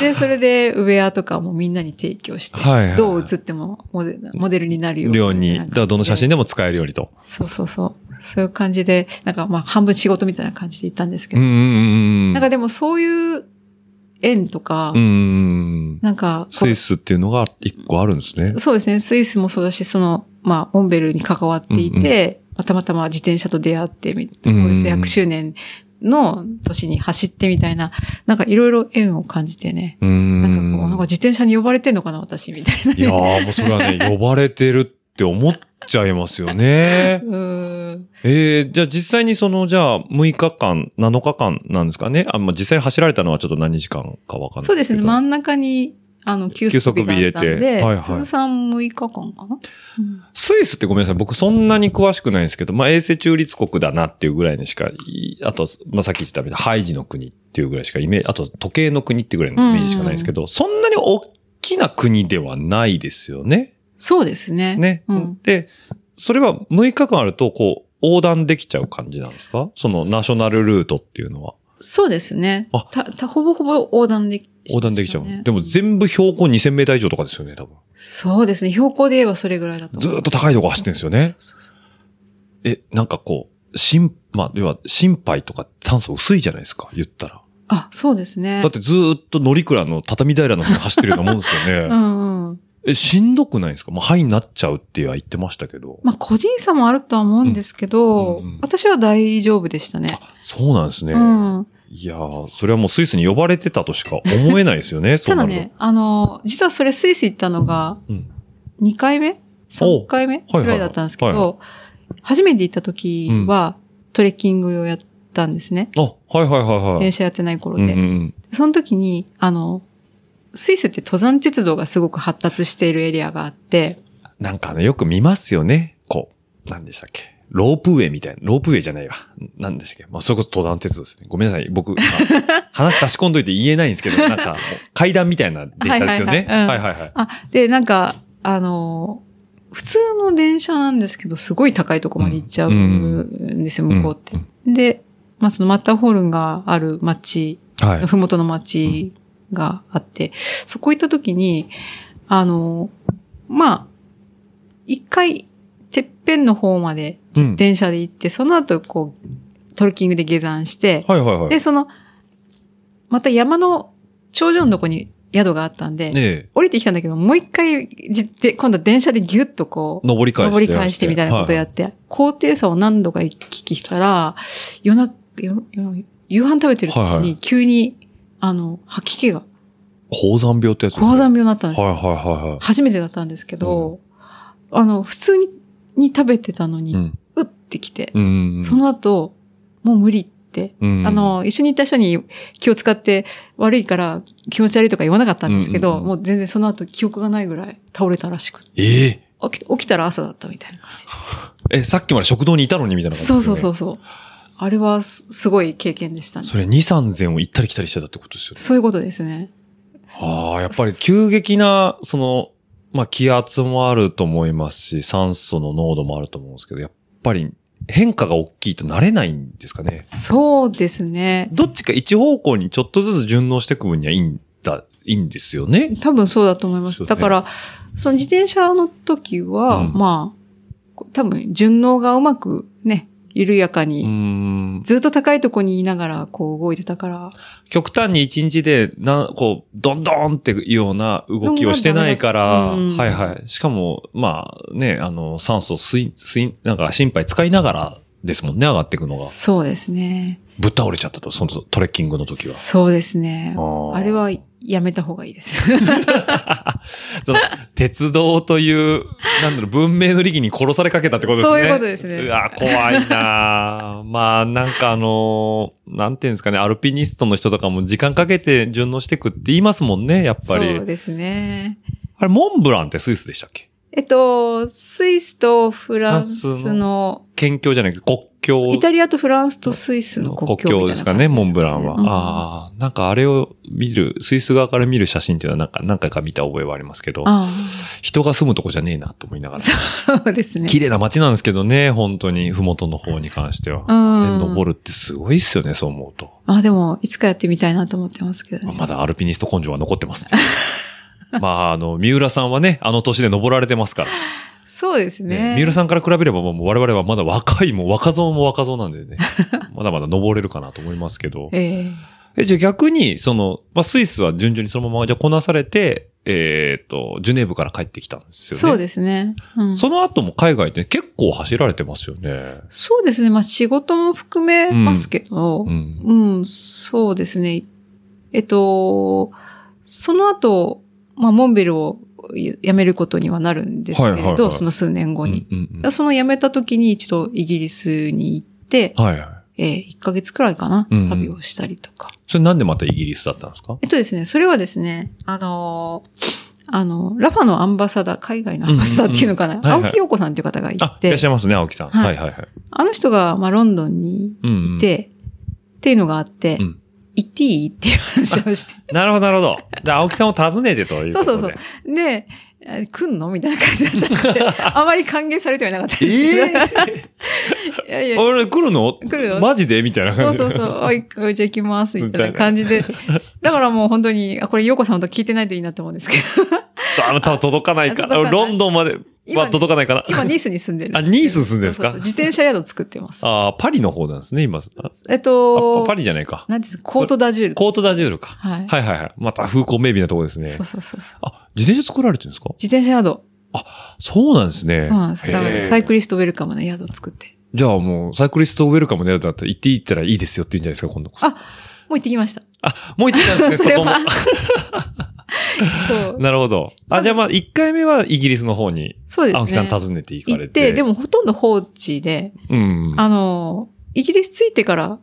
で、それで、ウェアとかもみんなに提供して、
はいはい
どう写ってもモデルモデルになるように。
量に、だからどの写真でも使えるようにと。
そうそうそう。そういう感じで、なんかまあ半分仕事みたいな感じで行ったんですけ
うん
ど、
うんうん。
なんかでもそういう縁とか、
うんうんうん。
なんかこ
ス
う
イスっていうのが一個あるんですね。
そうですね、スイスもそうだし、その、まあ、モンベルに関わっていて、まあたまたま自転車と出会ってみ、こう
うんうんうん
いう100周年の年に走ってみたいな、なんかいろいろ縁を感じてね、
うーん。
なんかこう、なんか自転車に呼ばれてんのかな、私、みたいな、
いやー、もうそれはね、呼ばれてるって思っちゃいますよ
(laughs)
ね。
(laughs) うーん。
えー、じゃあ実際にその、じゃあ6日間、7日間なんですかね。あ、まあ、実際に走られたのはちょっと何時間かわかんない
そうですね、
けど
真ん中に、あの、休息日があったん
休息日入れて
で、
はいはい
通算6日間かな、うん
スイスってごめんなさい。僕そんなに詳しくないんですけど、まあ、衛生中立国だなっていうぐらいにしかい、あと、まあ、さっき言ってたみたいな、ハイジの国っていうぐらいしかイメージ、あと、時計の国ってぐらいのイメージしかないんですけど、そんなに大きな国ではないですよね。
そうですね。
ね。
うん。
で、それは6日間あると、こう、横断できちゃう感じなんですかそのナショナルルートっていうのは。
そうですね。
あ
た、た、ほぼほぼ横断でき、
横断できちゃう。
ね
でも全部標高2000メーター以上とかですよね、多分。
そうですね。標高で言えばそれぐらいだと
ず
思う。
ーっと高いとこ走ってるんですよね。え、なんかこう、心、まあ、要は心肺とか炭素薄いじゃないですか、言ったら。
あ、そうですね。
だってずーっと乗鞍の畳平の方走ってるようなもんですよ
う
ね。
んうん。
え、しんどくないですかまあ、肺になっちゃうっては言ってましたけど。
まあ、個人差もあるとは思うんですけど、
うんうんうん
私は大丈夫でしたね。
そうなんですね。
うん。
いやー、それはもうスイスに呼ばれてたとしか思えないですよね、そ
(laughs) た
うな
だ
ると。
ね、あの、実はそれスイス行ったのが
うん
2回目3回目
おはいはいはい
ぐらいだったんですけ
はいは
ど、初めて行った時はトレッキングをやったんですね。
あ、はいはいはいはい
電。車やってない頃
うんうんう
で。
ん。
その時に、あの、スイスって登山鉄道がすごく発達しているエリアがあって、
なんかね、よく見ますよね。こう、なんでしたっけ。ロープウェイみたいな。ロープウェイじゃないわ。なんでしたっけ。まあ、それこそ登山鉄道ですね。ごめんなさい。僕、今
(laughs)
話差し込んどいて言えないんですけど、なんか、階段みたいな電車ですよね。
は
は
いはいい
はいはい。
あ、で、なんか、あの、普通の電車なんですけど、すごい高いとこまで行っちゃうんですよ、
うん
向こうって。で、まあ、そのマッターホルンがある街、
はい。
ふもとの街があって、そこ行った時に、あの、まあ、一回、てっぺんの方まで
うん
電車で行って、その後、こう、トルキングで下山して、
はいはいはい。
で、その、また山の頂上のとこに宿があったんで、
ねえ。
降りてきたんだけど、もう一回、じで今度は電車でギュッとこう、
登り返して。
登り返してみたいなことや
っ
って、高低差を何度か行き来したら、夜な、夜夜夕飯食べてる時
はいはい
に急に、あの、吐き気が、
高山病ってやつ
高山病になったんですよ。
はいはいはいは
初めてだったんですけど、あの、普通にに食べてたの
い。
に、
う。
うんってきて、
うんうん。
その後、もう無理って、
うん、
あの、一緒に行った人に気を使って悪いから気持ち悪いとか言わなかったんですけ
う
ど、
んうんうん
もう全然その後記憶がないぐらい倒れたらしくて
ええ
起き起きたら朝だったみたいな感じ。
え、さっきまで食堂にいたのにみたいな感じ、。
そうそうそううそう。あれはすすごい経験でしたね。
それ2、3000を行ったり来たりしてたってことですよね。
そういうことですね。
ああ、やっぱり急激な、その、まあ気圧もあると思いますし、酸素の濃度もあると思うんですけど、やっぱり変化が大きいと慣れないんですかね。
そうですね。
どっちか一方向にちょっとずつ順応していく分にはいいんだ、いいんですよね。
多分そうだと思いま
そう
す。
ね
だから、その自転車の時は、
うん
まあ、多分順応がうまくね、緩やか
うー
に、
ん。
ずっと高いとこにいながらこう動いてたから、
極端に一日で、な、こう、どんどんっていうような動きをしてないから、
どんどん
は
ダ
い
メだ
はい。しかも、まあね、あの、酸素吸い、吸い、なんか心肺使いながらですもんね、上がっていくのが。
そうですね。
ぶっ倒れちゃったと、そのトレッキングの時は。
そうですね。
あー
あれはやめた方がいいです。
その、鉄道という、なんだろう、文明の利器に殺されかけたってことですね。
そういうことですね
うわ、怖いなぁ (laughs) まあ、なんかあのーなんていうんですかね、アルピニストの人とかも時間かけて順応してくって言いますもんね、やっぱ
そう
り。
ですね。
あれ、モンブランってスイスでしたっけ
えっと、スイスとフラ
フ
ン
ラ
ス
ンス
の、
県境じゃなくて国境
イタリアとフランスとスイスの
国
国
境
境
で
みたいな感じ
すかね、モンブランは。
うん
ああ、なんかあれを見る、スイス側から見る写真っていうのはなんか何回か見た覚えはありますけど、
あ
人が住むとこじゃねえなと思いながら。
あ、そうですね。
綺麗な街なんですけどね、本当に、ふもとの方に関しては。
う
ね
ん
登るってすごいっすよね、そう思うと。
あ、でも、いつかやってみたいなと思ってますけどね。
まだアルピニスト根性は残ってます。まあ、あの、三浦さんはね、あの年で登られてますから。
そうです
ね
ね。
三浦さんから比べればもう我々はまだ若い、もう若造も若造なん
(laughs)
でね。まだまだ登れるかなと思いますけど。
ええ
え、じゃあ逆に、その、まあ、スイスは順々にそのままじゃあこなされて、えーっと、ジュネーブから帰ってきたんですよね。
そう
す。
ですね。うん、
その後も海外で結構走られてますよね。
そうですね。まあ、仕事も含めますけど、
う
うん、
ん。
そうですね。えっと、その後、まあ、モンベルを辞めることにはなるんですけれど、
はいはいはい
その数年後に。
うんうん
その辞めた時に一度イギリスに行って、
うん。はいはい。
ええ1ヶ月くらいかな
うんうん、
旅をしたりとか。
それなんでまたイギリスだったんですか
えっとですね、それはですね、あのーあの、ラファのアンバサダー、海外のアンバサダーっていうのかな、
うんうんうんはいはい
青木陽子さんっていう方がいて、
あ、いらっしゃいますね、青木さん。は
はいい
はいはい。
あの人が、まあ、ロンドンに
うんうん
いて、っていうのがあって、
うん
行っていいっていう話をして。
なるほど、なるほど。じゃあ、青木さんを訪ねてということで。
そうそうで、え来んのみたいな感じだっ
(laughs)
たので、あまり歓迎されてはいなかったんですけど。 (laughs) いやいや、
俺、来るの
来るの
マジでみたいな
そ
感
う
じ
そ
(laughs)
うそう。おい、じゃあ行きます、みたいな感じで。だからもう本当に、あ、これ、陽子さんと聞いてないといいなと思うんですけど。
(laughs) あの、多分届かないか。
届かない
ロンドンまで
今
は届かないかな。
今、ニースに住んでる。
あ、ニース住んでるんです
そう
か
そうそう自転車宿作ってます。
(laughs) あーパリの方なんですね、今。あ
えっと
あ、パリじゃないか。
なんていうんですか、コートダジュール。
コートダジュールか。
はい
はいはいはい。また風光明媚なとこですね
そう。そうそうそう。
あ、自転車作られてるんですか
自転車宿。
そうなんですね。
そうなんです。
へー
だから、サイクリストウェルカムな宿を作って。
じゃあもう、サイクリストウェルカムのやつだったら行っていいったらいいですよって言うんじゃないですか、今度こそ。
あもう行ってきました。 (laughs)
あ、もう行ってきたんですね、
それ
そこも
は。 (laughs) そう。
なるほど。あ、じゃあまあ、1回目はイギリスの方に、
そうですね。
青木さん訪ねて行か
行
れ。
ってて、でもほとんど放置で、
うん。
あの、イギリス着いてから、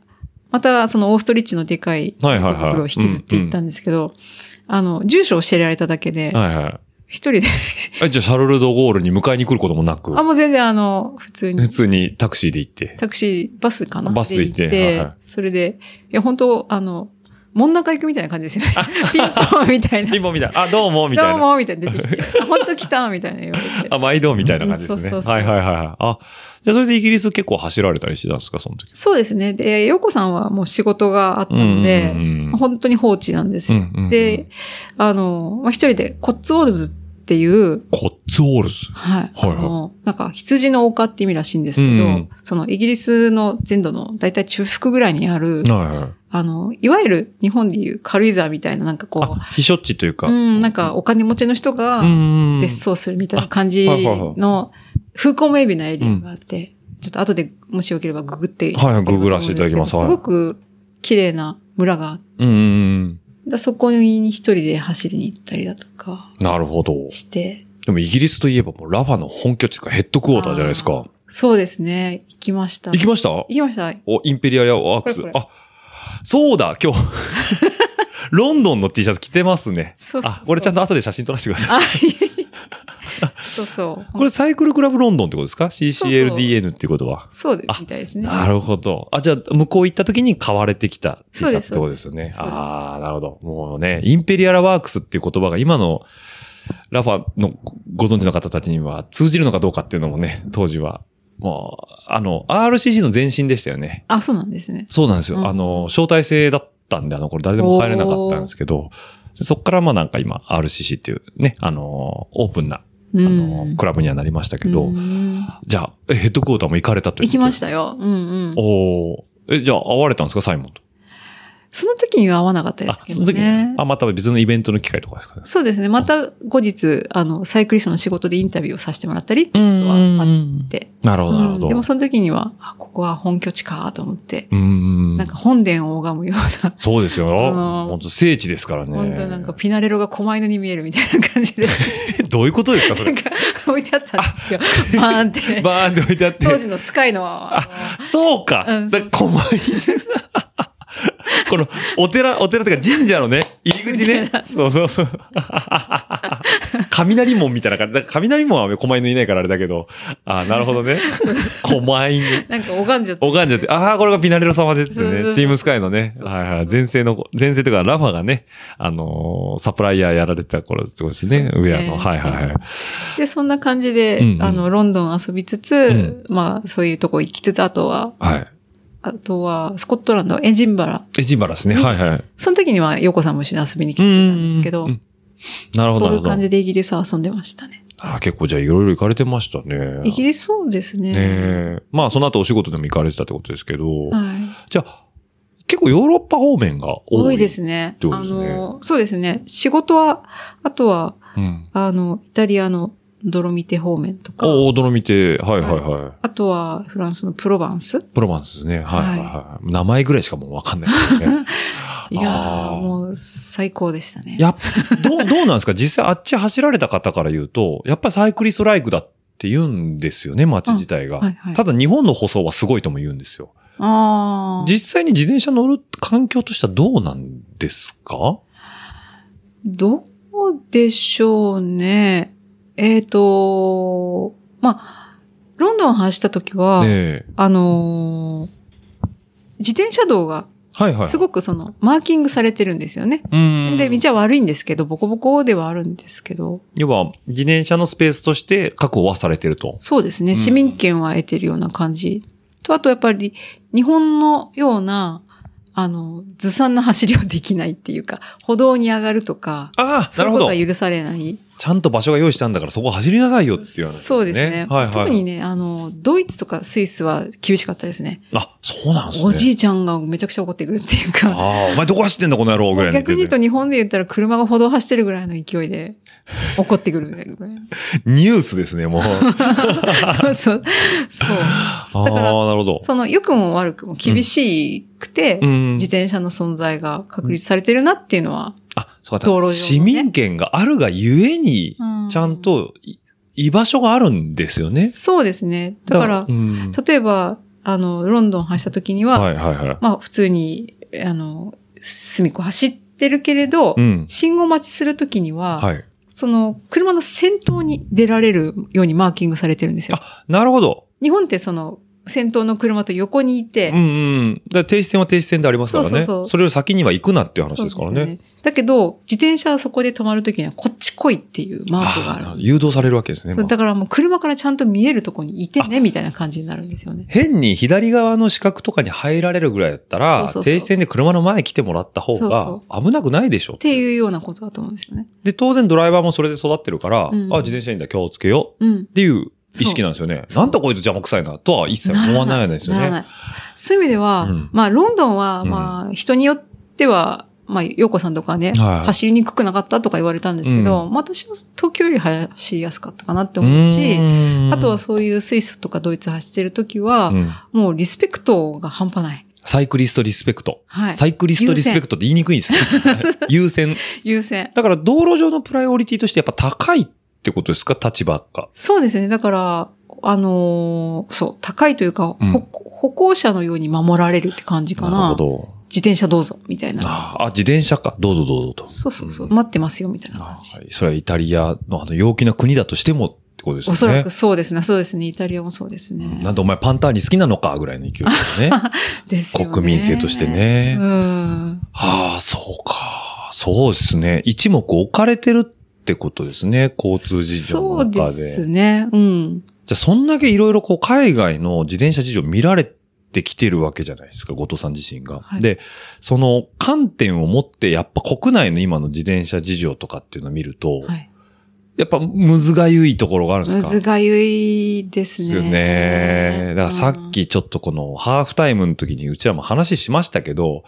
またそのオーストリッチのでかい
はいはいはい
袋を引きずって行ったんですけど、あの、住所を教えられただけで、
はいはい。
一人で、
え、じゃあ、シャルル・ド・ゴールに迎えに来ることもなく
あ、、もう全然あの、普通に
普、通にタクシーで行って。
タクシー、バスかな
バスで行ってはいはい
それで、いや、本当あの、真ん中行くみたいな感
(laughs)
じですよね。ピンポンみたいな
ピ。ンポンみたいな。あ、どうも、みたい
どう
な。
も、みたいな出てきて、あ本当来た、みたいな言わ
(laughs)
れて。
あ、毎度みたいな感じです
うん
ね。
そうそうそう
はいはいはいはい。あ、じゃあそれでイギリス結構走られたりしてたんですか、その時。
そうですね。で、洋子さんはもう仕事があったので、
うんうんうん
本当に放置なんですよ。
うんうんうん
で、あの、まあ、一人でコッツウォールズっていう、
コッツウォールズ。
はい。
はいはい
あの、なんか羊の丘って意味らしいんですけど、
うんうん
そのイギリスの全土の大体中腹ぐらいにあ
は
る、
いはい。
あの、いわゆる日本でいう軽井沢みたいななんかこ
あ、避暑地という
う、
か。
うん、なんかお金持ちの人が
うん。
別荘するみたいな感じ
あはいはいはい
の風光明媚なエリアがあって、ちょっと後でもしよければググっ
は
て
いはい
ただければと思うん
ググらせていただきます
です
はい
ごく綺麗な村があって、
うんうんうん。
だそこに一人で走りに行ったりだとか
なるほど。
して、
でもイギリスといえばもうラファの本拠地とかヘッドクォーターじゃないですか。
そうですね、行きました。
行き
ま
ました
行きました。
お、インペリアルワークス。
これこれ
あ、そうだ、
(laughs)
今日。ロンドンの T シャツ着てますね。
そうそうそう
あ、これちゃんと後で写真撮らせてください。
そうそう。
これサイクルクラブロンドンってことですか
そう
?CCLDN ってことは。
そうで
あ
みたいですね。
なるほど。あ、じゃあ、向こう行った時に買われてきた T シ
そう
ャ
で
ツ
す
ってことですよね。
そうです
ああ、なるほど。もうね、インペリアルワークスっていう言葉が今のラファのご存知の方たちには通じるのかどうかっていうのもね、当時は。もう、あの、RCC の前身でしたよね。
あ、そうなんですね。
そうなんですよ。
うん
あの、招待制だったんで、あの頃誰でも入れなかったんですけど、でそっからまあなんか今 RCC っていうね、あの、オープンな、あ
うん
の、クラブにはなりましたけど、
うん
じゃあ、えヘッドクォーターも行かれたという。
行きましたたよ。うんうん。
おーえ、じゃあ会われたんですか、サイモンと。
その時には会わなかったで
あ
す、け
その
ど
時
ね
に。あ、また別のイベントの機会とかですかね。
そうですね。また後日、あの、サイクリストの仕事でインタビューをさせてもらったりっていうことはあって。
なるほど、なるほ
うん
ど。
でもその時には、あ、ここは本拠地かと思って、
うんうん。
なんか本殿を拝むような、
そうですよ。
あのー
本当聖地ですからね。
本当なんかピナレロが狛犬に見えるみたいな感じで、
えどういうこと (laughs) ですか、そ
な
れ
ん。か置いてあったんですよ。バーンって。
バーンで置いてあって。
当時のスカイの、あ
そうか。
うん
だから狛犬。この、お寺、お寺とか神社のね、入り口ね。そうそう
(laughs)
そう。雷門みたいな感じ。だから雷門は狛犬いないからあれだけど。あーなるほど
(laughs)
ね。狛犬。
のなんか拝んじゃって。
拝んじゃって、ああ、これがピナレロ様です
そうそうそ
ね。
う
チームスカイのね。はいはい。前世の、前世というか、ラファがね、あのーサプライヤーやられてた頃ってことですね。
そう
ウ
ですね
ェアの。はいはいはい。
で、そんな感じで、
うんうん
あの、ロンドン遊びつつ、まあ、そういうとこ行きつつ、あとは、
はい。
あとは、スコットランド、エジンバラ。
エジンバラですね。
ね
はいはい。
その時には、ヨコさんも一緒に遊びに来て
う
た
ん
んですけど、
うんなるほど、
そ
な
う
るほ
いう
ど
感。じでイギリスは遊んでましたね。
あー結構じゃあいろいろ行かれてましたね。
イギリスそうですね。
ねえ。まあその後お仕事でも行かれてたってことですけど、
はい。
じゃあ結構ヨーロッパ方面が多い。
多いですね。
多い
あ
ですね
の、そうですね。仕事は、あとは、
うん。
あの、イタリアのドロミテ方面とか、
おお、驚見て、はいはいはい。
あとはフランスのプロヴァンス。
プロマンスですね。はいはいはい。名前ぐらいしかもうわかんないですね。
いや
あー
ー、もう最高でしたね。
やっ、どう、どうなんですか実際あっち走られた方から言うと、やっぱサイクリストライクだって言うんですよね、街自体が。
はいはい
ただ日本の舗装はすごいとも言うんですよ。
あー
実際に自転車乗る環境としてはどうなんですか
どうでしょうね。えっ、と、まあ、ロンドン走った時は、
ねえ。
あのー自転車道が
はいはい。
すごくその、マーキングされてるんですよね。
うん。
で、道は悪いんですけど、ボコボコではあるんですけど、
要は、自転車のスペースとして確保はされてると。
そうですね。
ん
市民権は得てるような感じ。と、あとやっぱり、日本のような、あの、ずさんな走りはできないっていうか、歩道に上がるとか、
ああ、
そ
なる
ういう
ほ
こと
ど。
は
ち
許されない。
ゃんと場所が用意したんだからそこ走りなさいよっていう話、
そうですね、
はいはい。
特にね、あの、ドイツとかスイスは厳しかったですね。
あ、そうなんですね。
おじいちゃんがめちゃくちゃ怒ってくるっていう
あ
か、
あ、お前どこ走ってんだこの野郎ぐらいの
逆に言うと日本で言ったら車が歩道走ってるぐらいの勢いで怒ってくるぐらいの。
ニュースですね、
(laughs)
もう。あ (laughs)
そうそう。そう。だから、
あ、なるほど。
その良くも悪くも厳しくて、
うん
自転車の存在が確立されてるなっていうのは、
あ、そうだ、
道路上のね
市民権があるがゆえに、
うん
ちゃんとい居場所があるんですよね。
そうですね。だから、
うん
例えば、あの、ロンドン走った時には、
はいはいはい。
まあ普通に、あの、隅っこ走ってるけれど、
うん。
信号待ちするときには、
はい。
その、車の先頭に出られるようにマーキングされてるんですよ。
なるほど。
日本ってその、先頭の車と横にいて、
うんうん。だから停止線は停止線でありますからね。
そうそうそう
れより先には行くなっていう話ですから
そう
ね。
ですよだけど、自転車はそこで止まるときには、こっち来いっていうマークがある。
あー誘導されるわけですね。
そう
まあ
だからもう車からちゃんと見えるとこにいてね、みたいな感じになるんですよね。
変に左側の死角とかに入られるぐらいだったら、
そうそうそう
停止線で車の前に来てもらった方が
そ
危なくないでしょ
っていうようなことだと思うんですよね。
で、当然ドライバーもそれで育ってるから、
うん
あ、自転車にだ、気をつけよう
うん
っ。ていう意識なんですよね。なんだこいつ邪魔くさいなとは一切思わないんですよ
なら
ね。
ない。そういう意味では、
うん
まあ、ロンドンは、
うん
まあ、人によっては、まあ、洋子さんとかね、
はい
走りにくくなかったとか言われたんですけど、
う
まあ私は東京より走りやすかったかなって
う
思うし、
ーん
あとはそういうスイスとかドイツ走ってる時は、
うん
もうリスペクトが半端ない。
サイクリストリスペクト。
はい。
サイクリストリスペクトって言いにくいんですよ。優先。
優先。
だから道路上のプライオリティとしてやっぱ高いってことですか立場が。
そうですね。だから、あのーそう、高いというか、
うん
ほ歩行者のように守られるって感じかな。
なるほど。
自転車どうぞ、みたいな。
あ、あ自転車か。どうぞどうぞと。
そうそうそう、
うん
待ってますよ、みたいな
あ
感じ。
はいそれはイタリアのあの陽気な国だとしてもってことですよ
お
ね。
そらくそうですね。そうですね。イタリアもそうですね。
なんでお前パンターニ好きなのかぐらいの勢いで
(laughs)
すよね。
ですよね。
国民性としてね
うん。
はあ、そうか。そうですね。一目置かれてるってことですね。交通事情の
そう
中で。
ですね。うん。
じゃあ、そんだけいろいろこう、海外の自転車事情見られてきてるわけじゃないですか、後藤さん自身が。
はい
で、その観点を持って、やっぱ国内の今の自転車事情とかっていうのを見ると、
はい。
やっぱむずがゆいところがあるんです
む
か
ずがゆいです
で
ね。
すよね。だからさっきちょっとこのハーフタイムの時にうちらも話しましたけど、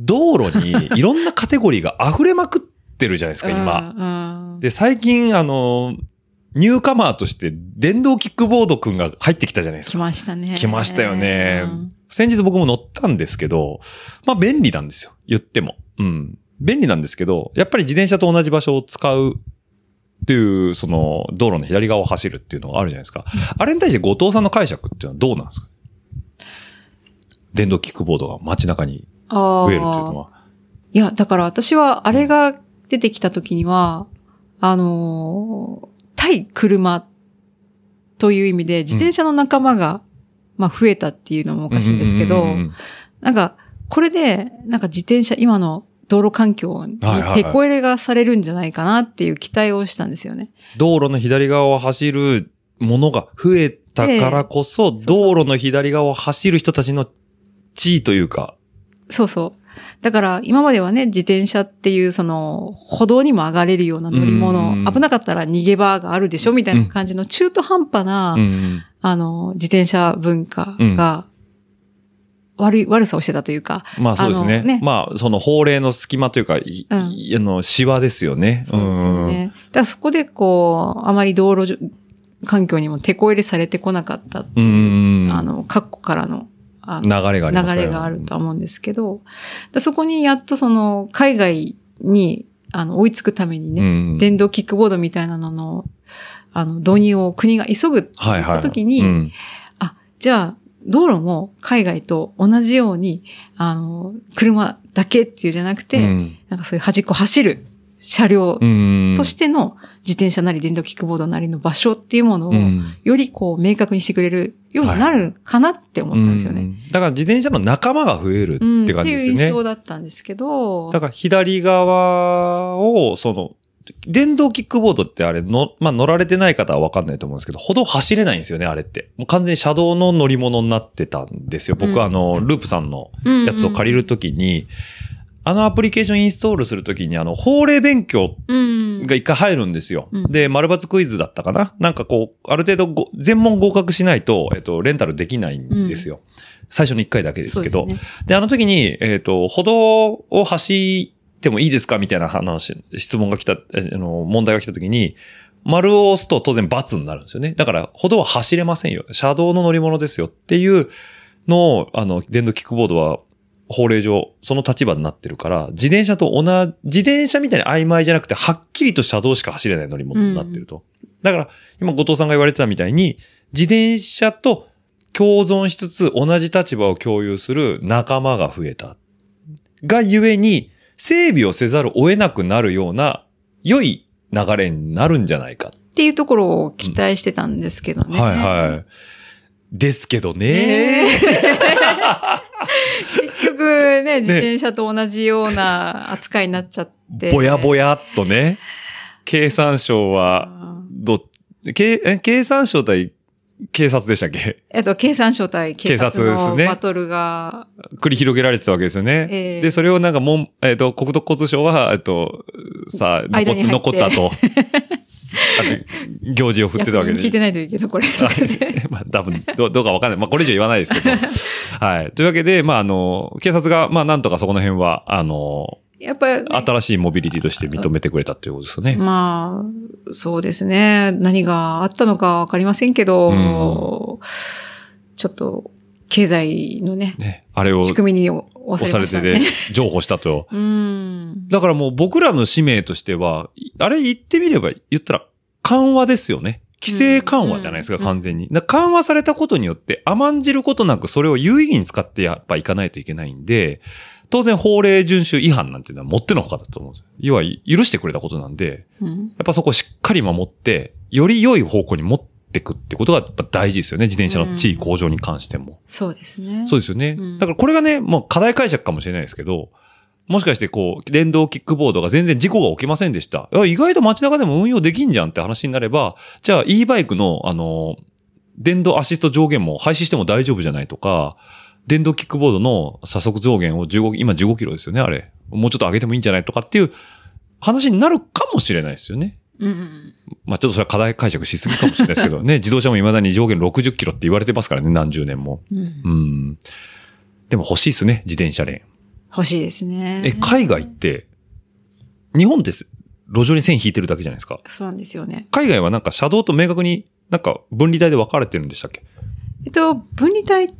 道路にいろんなカテゴリーが溢れまくってるじゃないですか、
うん、
今。
今
で、最近あの、ニューカマーとして電動キックボードくんが入ってきたじゃないです
来
か。
ましたね。
来ましたよね
うん
先日僕も乗ったんですけど、まあ便利なんですよ。言っても。うん。便利なんですけど、やっぱり自転車と同じ場所を使うっていう、その道路の左側を走るっていうのがあるじゃないですか。あれに対して後藤さんの解釈っていうのはどうなんですか電動キックボードが街中に
あ
増えるというの
あ。
は。
いや、だから私は、あれが出てきた時には、あのー対車という意味で、自転車の仲間が、まあ増えたっていうのもお
お
かしいんですけど、なんか、これで、なんか自転車、今の道路環境に
はいはいはい
手こ入れがされるんじゃないかなっていう期待をしたんですよね。
道路の左側を走るものが増えたからこそ、道路の左側を走る人たちの地位というか、
そうそう。だから、今まではね、自転車っていう、その、歩道にも上がれるような乗り
うんうんう
物、
ん
危なかったら逃げ場があるでしょみたいな感じの中途半端な、
うん
あの、自転車文化が、悪い、悪さをしてたというか、
まあそうです
あ
ね。
のね
まあ、その法令の隙間というか、い
うん
いあの、シワですよね。
そうですよね。だからそこでこう、あまり道路じょ環境にも手こ入れされてこなかったって
う
い
ん
う、
うんうん
あの、各国からの、あ
流
の
れがありますか
流
ら
れがあるとは思うんですけど、だそこにやっとその、海外に、あの、追いつくために
う
ね、
ん。
電動キックボードみたいなのの、あの、導入を国が急ぐって
はい
言っ
はい。
た時に、
うん
あ、じゃあ、道路も海外と同じように、あの、車だけっていうじゃなくて、
うん
なんかそういう端っこ走る車両
うん
としての自転車なり電動キックボードなりの場所っていうものを、
うん
よりこう明確にしてくれるようになるかなって思ったんですよ
う
ね。
んだから自転車の仲間が増えるっ
うん。
て感じ
って
で
いう
す
印
よ
象
ね。
だったんですけど、
だから左側を、その、電動キックボードってあれの、まあ乗られてない方はわかんないと思うんですけど、歩道走れないんですよね、あれって。もう完全に車道の乗り物になってたんですよ。僕はあの、ループさんの
うんうん
やつを借りるときに、あのアプリケーションインストールするときに、あの、法令勉強
うん。
が一回入るんですよ。
うん
で、丸抜クイズだったかななんかこう、ある程度ご、全問合格しないと、えっと、レンタルできないんですよ。最初の一回だけですけど。
そう
で
で
あの時に、えっ、と、歩道を走ってもいいですかみたいな話、質問が来た、えあの、問題が来た時に、丸を押すと当然×になるんですよね。だから、歩道は走れませんよ。車道の乗り物ですよっていうのを、あの、電動キックボードは法令上、その立場になってるから、自転車と同じ、自転車みたいに曖昧じゃなくて、はっきりと車道しか走れない乗り物になってると。だから、今後藤さんが言われてたみたいに、自転車と共存しつつ同じ立場を共有する仲間が増えた。がゆえに、整備をせざるを得なくなるような、良い流れになるんじゃないか。
っていうところを期待してたんですけどね。
はいはい。ですけどね。
えー結局ね、自転車と同じような扱いになっちゃって。
ぼやぼ
や。
やっと (laughs) ね。経産省は、ど、けえ経産省対警察でしたっけ
えっと、経産省対警察
警察
の
ですね
バトルが、
繰り広げられてたわけですよね。
ええ
で、それをなんかもん、えっ、と、国土交通省は、えっと、さあ、
間に入
残
って
残った
(laughs)
と。あの行事を振ってたわけ
役
で
人聞いてないといけない、これ。
はいまあ、多分どう、どうかわかんない。まあ、これ以上言わないですけ
(laughs)
ど。はい。というわけで、まあ、あの、警察が、まあ、なんとかそこの辺は、あの、
やっぱり、
新しいモビリティとして認めてくれたっていうことですよね。
まあ、そうですね。何があったのかわかりませんけど、
うん
ちょっと、経済のね、
ね。あれを
仕
押
組みに押さ
され
れました
て
ね。
て、譲歩したと。
うん。
だからもう僕らの使命としては、いあれ言ってみれば、言ったら緩和ですよね。規制緩和じゃないですか、
うん
完全に。だから緩和されたことによって甘んじることなくそれを有意義に使ってやっぱいかないといけないんで、当然法令遵守違反なんていうのはもってのほかだと思うんですよ。要は許してくれたことなんで、
うん
やっぱそこをしっかり守って、より良い方向に持ってくってことがやっぱ大事ですよね。自転車の地位向上に関しても。
そうですね。
そうですよね。
うん
だからこれがね、もう課題解釈かもしれないですけど、もしかしてこう、電動キックボードが全然事故が起きませんでした。いや意外と街中でも運用できんじゃんって話になれば、じゃあ e バイクの、あの、電動アシスト上限も廃止しても大丈夫じゃないとか、電動キックボードの車速上限を15、今15キロですよね、あれ。もうちょっと上げてもいいんじゃないとかっていう話になるかもしれないですよね。
うんうん。
まあちょっとそれは課題解釈しすぎかもしれないですけ
(laughs)
どね、自動車も未だに上限60キロって言われてますからね、何十年も。
うん
うん。でも欲しいですね、自転車レ
欲しいですね
ーン。。え、海外って、日本って路上に線引いてるだけじゃないですか。
そうなんですよね。
海外はなんか車道と明確になんか分離帯で分かれてるんでしたっけ
えっと、分離帯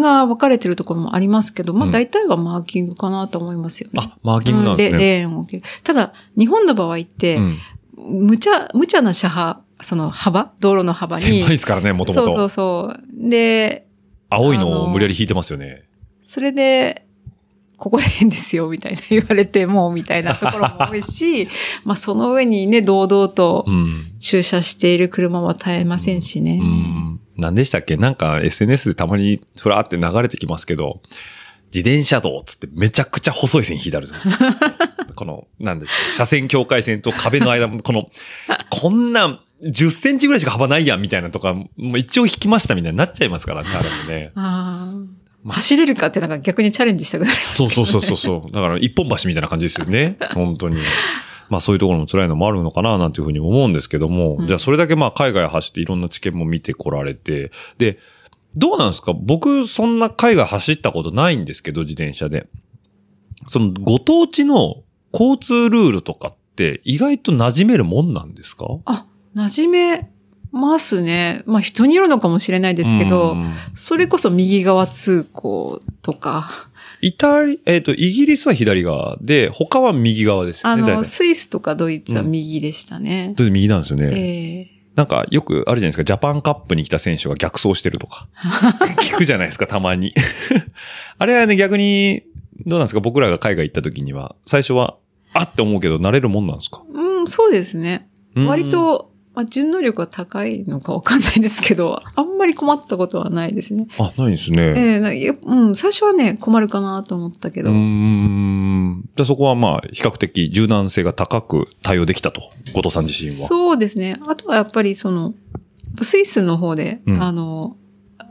が分かれてるところもありますけど、ま
う
あ
ん
大体はマーキングかなと思いますよね。
あ、マーキングなんです
うん
ね。
レレーンを切る。ただ、日本の場合って、
うん。
無茶、無茶な車幅、その幅、道路の幅に。
狭いですからね、もとも
そうそう
と。
そう。で、
青いのを無理やり引いてますよね。
それで、ここら辺ですよ、みたいな言われて、もう、みたいなところも多いし、まあ、その上にね、堂々と
うん。
駐車している車は絶えませんしね。。
うん。何でしたっけなんか SNS でたまにふらーって流れてきますけど、自転車道っつってめちゃくちゃ細い線引いてあるじゃんこの、なんですか、車線境界線と壁の間も、この、こんなん10センチぐらいしか幅ないやんみたいなとか、もう一応引きましたみたいになっちゃいますからね、あれもね
ああ。走れるかってなんか逆にチャレンジしたくなる。
そうそうそうそうそう。だから一本橋みたいな感じですよ
(laughs)
ね。本当に。まあそういうところも辛いのもあるのかななんていうふうに思うんですけども、
ん
じゃあそれだけまあ海外走っていろんな知見も見てこられて、で、どうなんですか僕そんな海外走ったことないんですけど、自転車で。そのご当地の交通ルールとかって意外と馴染めるもんなんですか
あ、馴染めますね。まあ、人によるのかもしれないですけど、
うん
それこそ右側通行とか、
イタリ、えっ、と、イギリスは左側で、他は右側ですよ
あ
ね。
の、
大体
スイスとかドイツは右でしたね。
だって右なんですよね。
ええ
なんかよくあるじゃないですか、ジャパンカップに来た選手が逆走してると
(laughs)
か。聞くじゃないですか、たまに。 (laughs) あれはね、逆に、どうなんですか僕らが海外行った時には、最初は、あって思うけど、慣れるもんなんですか
うん、そうですね。
うん
割と、まあ、順応力は高いのかわかんないですけど、あんまり困ったことはないですね。
あ、ないですね。
ええなんかやっぱうん、最初はね、困るかなと思ったけ
うー
ど、
ん。じゃあそこはまあ、比較的柔軟性が高く対応できたと。後藤さん自身は。
そうですね。あとはやっぱりその、スイスの方で、
うん
あの、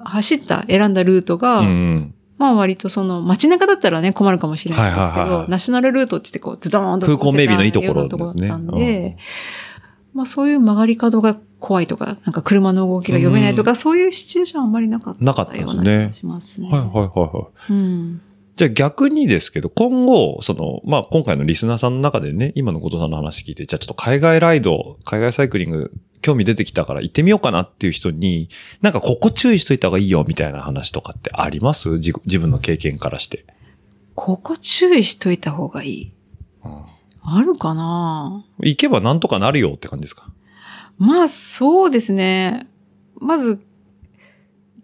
走った、選んだルートが、
うん。
まあ割とその街中だったらね困るかもしれないですけど、
はいはいはいはい
ナショナルルートって言ってこうズドーンと
空港名備のいいところですね
ようなとこだったんで、まあそういう曲がり角が怖いとか、なんか車の動きが読めないとか、そういうシチュエーションあんまりなかった
なかったですね
ような気がしますね。
はいはいはいはい。
うん。
じゃあ逆にですけど、今後、その、まあ、今回のリスナーさんの中でね、今のことさんの話聞いて、じゃあちょっと海外ライド、海外サイクリング、興味出てきたから行ってみようかなっていう人に、なんかここ注意しといた方がいいよみたいな話とかってあります自自分の経験からして。
ここ注意しといた方がいい。
うん
あるかな
行けばなんとかなるよって感じですか
まあ、そうですね。まず、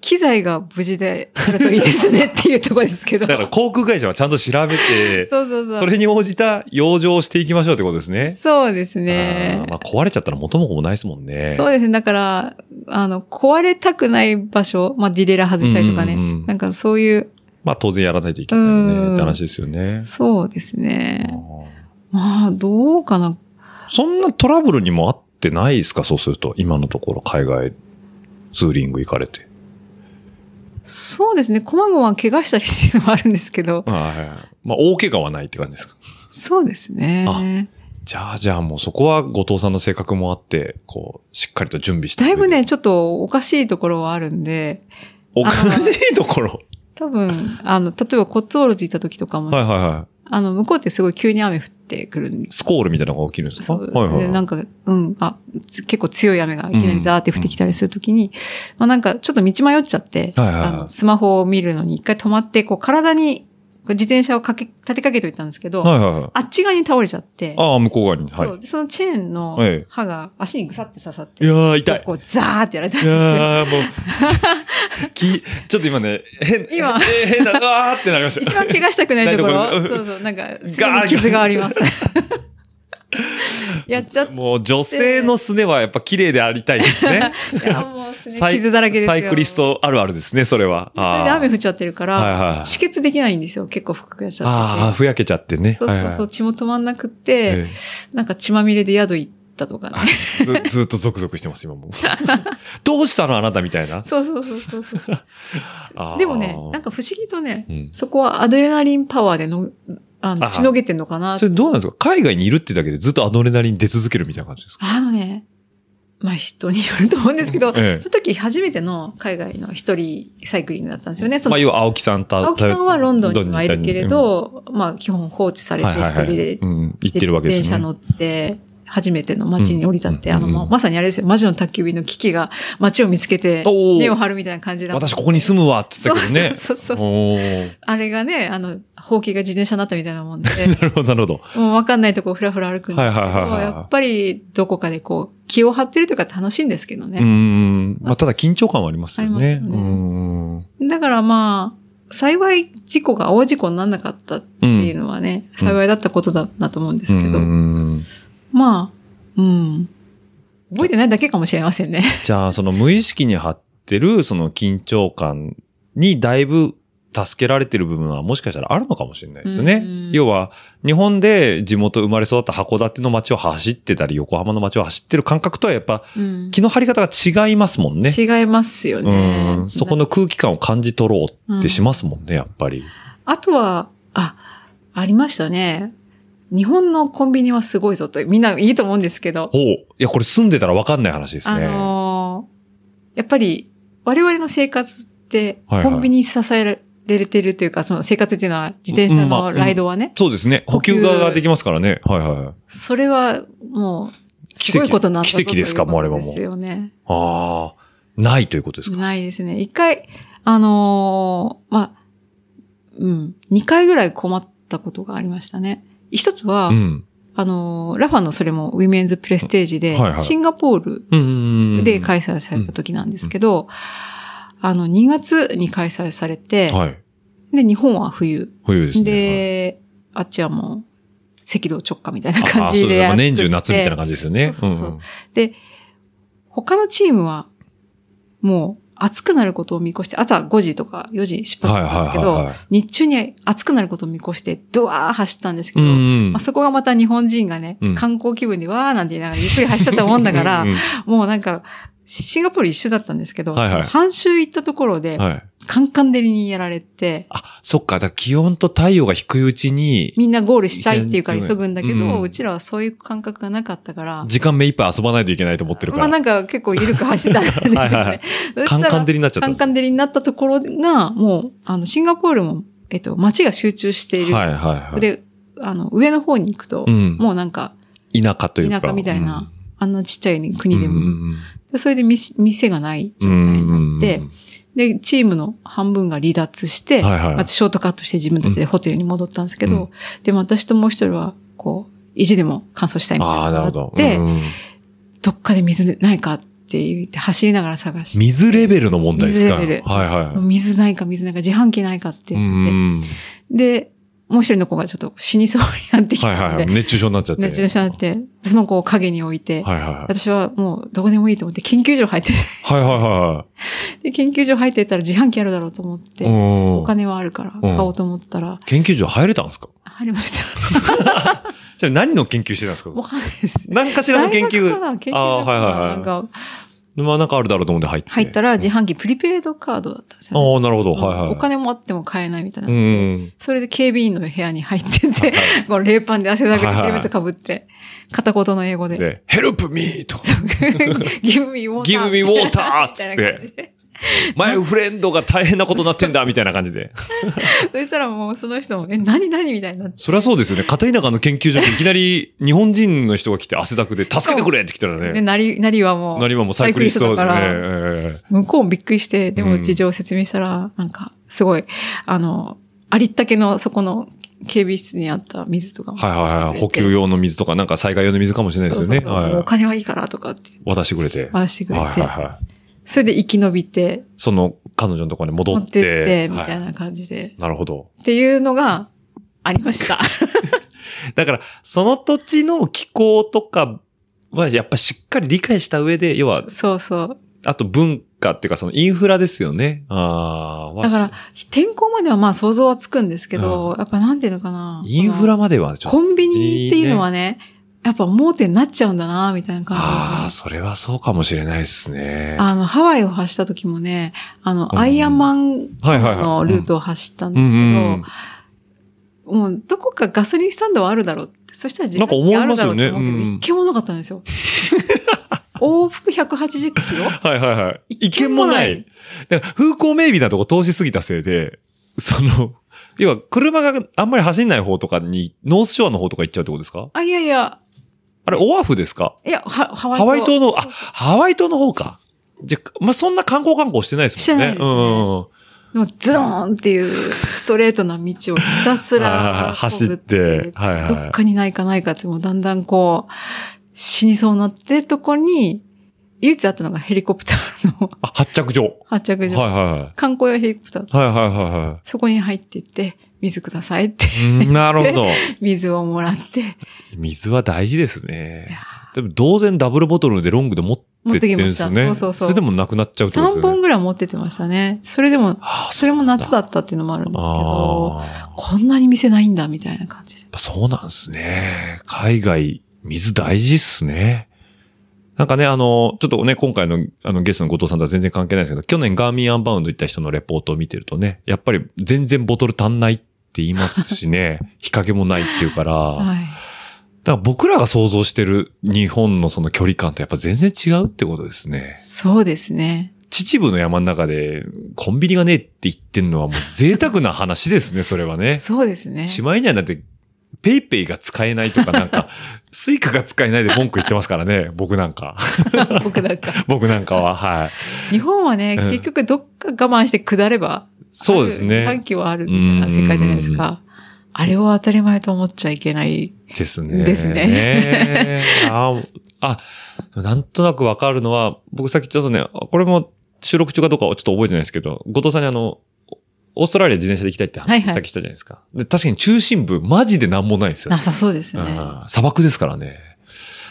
機材が無事であるといいですねっていうところです
(laughs)
けど。
だから航空会社はちゃんと調べて、
そうそうそう。
それに応じた養生をしていきましょうってことですね。
そうです
あ
ね
ー。まあ壊れちゃったら元も子もないですもんね。
そうですね。だから、あの、壊れたくない場所、まあ、ディレイラー外したりとかね。
うんうんうん
なんかそういう、
まあ当然やらないといけないよ
う
ね
ん
って話ですよね。
そうですね
あ。ー
まあ、どうかな。
そんなトラブルにもあってないですかそうすると。今のところ海外ツーリング行かれて。
そうですね。こまごま怪我したりっていうのもあるんですけど。
まあ大怪我はないって感じですか。
そうですね。
じゃあじゃあもうそこは後藤さんの性格もあって、こう、しっかりと準備して。
だいぶね、、ちょっとおかしいところはあるんで、
おかしいところ。
多分、あの、例えばコッツウォルズ行った時とかも、
はいはいはい。
あの、向こうってすごい急に雨降ってくるんで
スコールみたいなのが起きるんですか
そうですね。なんか、うん、あ、つ結構強い雨がいきなりザーって降ってきたりするときに、まあなんかちょっと道迷っちゃって、
はいはいはい
あのスマホを見るのに一回止まって、こう体にこう自転車をかけ、立てかけておいたんですけど、
はいはいはい。
あっち側に倒れちゃって、
ああ、向こう側に。は
そ。
いう
でそのチェーンの
ええ
刃が足にぐさって刺さって、
いやー、痛い。
(laughs) こうザーってやられたん
い
ですよ。
やー、もう、き、ちょっと今ね、変、
今
えー変な、うわーってなりまし
一
た。
番怪我したくないとこ
ないと
ろ
ころ
そうそう、なんか、すごい
ガーン
傷があ
(laughs)
ります。やっちゃっ
もう女性のすねはやっぱ綺麗でありたいですね。
(laughs)
(laughs)
いやもうすね
サイ
傷だらけですよ。
サイクリストあるあるですね、それは。
それで雨降っちゃってるから、
はいはいはい
止血できないんですよ。結構深くやっち
あーあ
ゃ
ー、
って
ふやけちゃってね。
て。そうそうそう、血も止まんなくって、
え
なんか血まみれで宿行ったとかね。
えずずっ (laughs) とゾクゾクしてます、今
(laughs)
もう。どうしたのあなたみたいな。
そうそうそうそうそう。
あー
でもね、なんか不思議とね、
うん
そこはアドレナリンパワーでの、あの、
あ
しのげてんのかなっ
そ
て
れどうなんですか海外にいるってだけでずっとアドレナリン出続けるみたいな感じですか
あのね、まあ人によると思うんですけど、
ええ
その時初めての海外の一人サイクリングだったんですよね。そ
まあ、
の
要は青木さんと。
青木さんはロンドンにはいるけれ
うん、
ど、まあ基本放置されて一人で
うん、行ってるわけです
電車
ね。
乗って、初めての街に降り立って、
うん
あの、
うん
まあまさにあれですよ、魔女の宅急便の危機が街を見つけて
お、ー
根を張るみたいな感じだ
私ここに住むわって言ってたけどね。
(laughs) そうそうそうそう
おー
あれがね、あの、ほうきが自転車になったみたいなも
(laughs)
んで、
なるほど、なるほど。
もうわかんないとこふらふら歩くんですけど、
はいはいはいはい
やっぱりどこかでこう、気を張ってるというか楽しいんですけど
うー
ね。
ん。まあ、ただ緊張感はありますよね。
ありますよね
ね
だからまあ、幸い事故が大事故にならなかったっていうのはね、
ん
幸いだったことだなと思うんで
う
すけど、
ーん。
まあ、うん。覚えてないだけかもしれませんね。
じゃあ、その無意識に張ってる、その緊張感にだいぶ助けられてる部分はもしかしたらあるのかもしれないですよね
うん。
要は、日本で地元生まれ育った函館の街を走ってたり、横浜の街を走ってる感覚とはやっぱ、
うん
気の張り方が違いますもんね。
違いますよね
う。んそこの空気感を感じ取ろうってしますもんね、やっぱり。
あとは、あ、ありましたね。日本のコンビニはすごいぞと、みんないいと思うんですけど、
ほう。いや、これ住んでたらわかんない話です
あ
ね。
のーやっぱり我々の生活って
はいはい
コンビニに支えられてるというか、その生活っていうのは自転車
うんまあ
のライドはね、
そうですね。補給側ができますからね。はいはいはい。
それはもう、すごいことになったぞ
奇跡奇跡ですか
といこと
もうあれはもう
ですよね。
ああ、ないということですか。
ないですね。一回、あのーまあ、うん、二回ぐらい困ったことがありましたね。一つは、
うん。
あのーラファのそれもウィメンズプレステージで、
はいはい
シンガポー
うんうんう
ル
ん。
で開催された時なんですけど、あの、2月に開催されて、
はい。
で、日本は冬。
冬ですね。
で、あっちはもう、赤道直下みたいな
はい、あ
感
あそうで
じで
ね
すや
ま
っ
あ
てて
年中夏みたいな感じですよね。
そうそうそうん
ん
で、他のチームは、もう暑くなることを見越して、朝5時とか4時出発だったんですけど、
はいはいはいはい
日中に暑くなることを見越して、ドワー走ったんですけ
う
ど、
んうん。
まあ、そこがまた日本人がね、
うん
観光気分でわーなんて言いながらゆっくり走っちゃったもんだから
うん、
もうなんか、シンガポール一緒だったんですけど、
はいはい
半周行ったところで、
はい。
カンカン照りにやられて、
あ、そっか。だから気温と太陽が低いうちに、
みんなゴールしたいっていうから急ぐんだけど、
う
うんちらはそういう感覚がなかったから、
時間目いっぱい遊ばないといけないと思ってるか
まあ
ら。
なんか結構緩く走ってたんですよね。
はいはい
そした
カン
ら
カン照りになっちゃった
カ
ん
ン
です
カン照りになったところが、もう、あの、シンガポールも、えっと、街が集中している。
はいはいはい。
で、あの、上の方に行くと、
うん
もうなんか、
田舎というか。
田舎みたいな、あんなちっちゃい、ね、
うん。
国でも、
うんうんうん
でそれで店店がない状態になって、で、チームの半分が離脱して、
はいはい
またショートカットして自分たちでホテルに戻ったんですけど、
う
でも私ともう一人は、こう、意地でも乾燥したいみたい
ああ、なる
な
ほ
の
ど
が。あって、
うん
どっかで水ないかって言って走りながら探して、
水レベルの問題ですか
水レベル
はいはい。
もう水ないか水ないか自販機ないかって
う
言って、
ん。
で、もう一人の子がちょっと死にそうになってきた
は
ん
い
で、
はいはい。熱中症になっちゃって。
熱中症になって、その子を影に置いて、
はいはいはい。
私はもうどこでもいいと思って、研究所入って、 (laughs)
はいはいは
で研究所入ってったら自販機あるだろうと思って、
いはい。うん
お金はあるから買おうと思ったら、
研究所入れたんですか
入り
(laughs)
ました。
じゃあ何の研究してたんですか
わかんないです。
何かしらの研究。
大学かな研究所かな
ああー、はいはい
なん
は
か
い。まあなんかあるだろうと思って入って。
入ったら自販機プリペイドカードだったんですよ、ね。
ああ、なるほど。はいはい。
お金もあっても買えないみたいな。
うん。
それで警備員の部屋に入ってて、この冷パンで汗だくで
はいはい
ヘルメットかぶって、片言の英語 (laughs) で、
で、help me! と。
Give me
(laughs)
water!
Give me water! つ
みた
っ
いな感じ
て。
で
マイフレンドが大変なことになってんだみたいな感じで。
そしたらもうその人も、え、何何みたいになって。
そりゃそうですよね。片田舎の研究所にいきなり日本人の人が来て汗だくで助けてくれって来たら
で、
ね。
なり、なりはもう。
何ももうサイクリスト
サイク
で
リ
ね
だ
え
から
え。
向こうもびっくりして、で
う
も
ん
事情を説明したら、なんか、すごい、あの、ありったけのそこの警備室にあった水とかも。
はいはいはい。補給
用
用の水とか、なんか災害用の水かもしれないですよね。
お
は
金はいいからとかって
い。渡してくれて。
話してくれ
はいはい
て。
はい。
それで生き延びて、
その彼女のところに戻
持
っ。
っててって、みたい
は
な感じで。
いなるほど。
っていうのがありました。
だから、その土地の気候とかは、やっぱしっかり理解した上で、要は、
(laughs) そうそう。
あと文化っていうか、そのインフラですよね。ああ、
だから、天候まではまあ想像はつくんですけど、やっぱなんていうのかな。
インフラまではちょっ
コ
と。
ンビニっていうのはね、やっぱ盲点になっちゃうんだな、みたいな感じ
ああ、
です
そ
ね。
れはそうかもしれないですね。
あの、ハワイを走った時もね、あの、
うん
アイアンマン
はいはいはい
のルートを走ったん
う
で
ん
す
う
け
んうん。
ど、もうどこかガソリンスタンドはあるだろうって、そしたら自
なんか思
分
い
あ
ま
る
す
だ
よ
ろうと
ね
思うけど、
うん
一軒もなかったんで
(laughs)
すよ。往復180キロ
はいはいはい。
一
一
軒
見
も
も
な
ないい。だから風光明媚なとこ通しすぎたせいで、その、要は車があんまり走んない方とかに、ノースショアの方とか行っちゃうってことですか
あ、いやいや、
あれ、オアフですか
いや、はハワ
ハ
イ島。
ワイ島の、あ、ハワイ島の方か。じゃ、まあ、そんな観光観光してないですもんね。
してないですねでもズドーンっていうストレートな道をひたす
あ
ら
ー走ってはいはい
どっかにないかないかって、もうだんだんこう、死にそうになってとこに、唯一あったのがヘリコプターの
あ、発着場。は
発着
い
所。
はいは
観光用ヘリコプター。
い。はいはいはいは
そこに入っていって、水くださいって、 (laughs)
い。うんなるほど。
水をもらって、
水は大事ですね
いや。
でも、当然ダブルボトルでロングで持ってってるんですね。
持ってきましたそうそうそう
れでもなくなっちゃうってこと
3
ですよ
本
ね。
ぐらい持っててましたね。それでも、
あー
それも夏だったっていうのもあるんですけど、
あーやっ
こんなに店ないんだみたいな感じで。
ぱそうなんですね。海外、水大事っすね。なんかね、あの、ちょっとね、今回のあのゲストの後藤さんとは全然関係ないですけど、去年ガーミンアンバウンド行った人のレポートを見てるとね、やっぱり全然ボトル足んないって言いますしね、 (laughs) 日陰もないっていうから、
はい。
だから僕らが想像してる日本のその距離感とやっぱ全然違うってことですね。
そうですね。
秩父の山の中でコンビニがねえって言ってんのはもう贅沢な話ですね、それはね。
そうですね。
(laughs) しまいにはだって、ペイペイが使えないとかなん
(laughs)
か、スイカが使えないで文句言ってますからね、僕なんか。 (laughs)
僕なんか。
僕なんかは、はい。
日本はね、
うん
結局どっか我慢して下れば、
そうです
ある自販
ね。
機はあるみたいな世界じゃないですか。あれを当たり前と思っちゃいけない。
ですね。
ですね
ね (laughs) あーあ、なんとなくわかるのは、僕さっきちょっとね、これも収録中かどうかはちょっと覚えてないですけど、後藤さんにあの、オーストラリア自転車で行きたいって
はい
話
はい
さっきしたじゃないですか。で確かに中心部、マジでなんもないんですよ
な。さそうですね。
うん砂漠ですからね。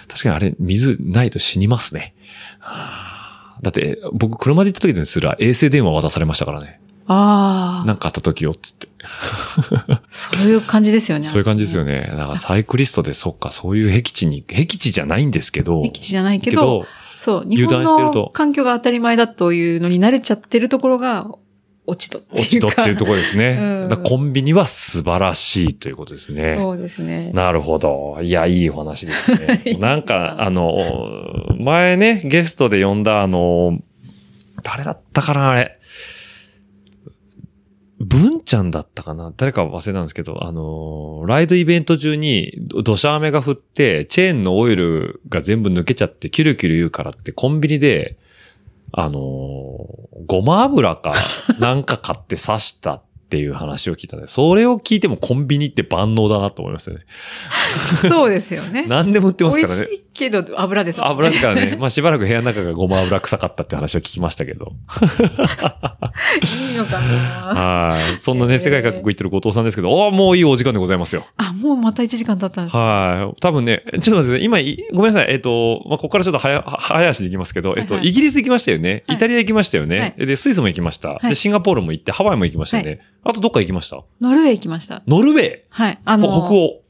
確かにあれ、水ないと死にますね。だって、僕、車で行った時ですら衛星電話渡されましたからね。
ああ、
なんかあった時よ、つって。
そういう感じですよね。
そういう感じ
(laughs)
ですよね。なんかサイクリストで、そっか、そういう僻地に、僻地じゃないんですけど。
敵地じゃないけど、そう、日本
油断してる
の
と
環境が当たり前だというのに慣れちゃってるところが、落ち度って
落ち
いう
度
か。
っていうところですね。
(laughs) うん
だからコンビニは素晴らしいということですね。
そうですね。
なるほど。いや、い (laughs) いお話ですね。なんか、あの、前ね、ゲストで呼んだ、あの、誰だったかな、あれ。文ちゃんだったかな誰か忘れたんですけど、あの、ライドイベント中に、ど土砂雨が降って、チェーンのオイルが全部抜けちゃって、キュルキュル言うからって、コンビニで、あのーごま油 (laughs) か、なんか買って刺したっていう話を聞いたんで、それを聞いてもコンビニって万能だなと思いましたね。
そうですよね。
何でも売ってます
美
か
味
らね
し。いけど油ですもんね。
油ですからね。 (laughs) まあしばらく部屋の中がごま油臭かったって話を聞きましたけ
(laughs)
ど。
いいのかな
はい。そんな
え
ね、
ー
世界各国行ってる後藤さんですけど、おーもういいお時間でござい
(laughs)
ますよ。
あ、もうまた1時間経ったんです。
はい。多分ね、ちょっと待ってね、今い、ごめんなさい。えっと、まあ、ここからちょっと早、は早足でいきますけど、えっと、
はいはい
イギリス行きましたよね。
はい
イタリア行きましたよね。
はい
で、スイスも行きました、
はい
で、シンガポールも行って、ハワイも行きましたよね。あとどっか行きました
ノルウェー行きました。
ノルウェー
はい。あの、
もう北欧。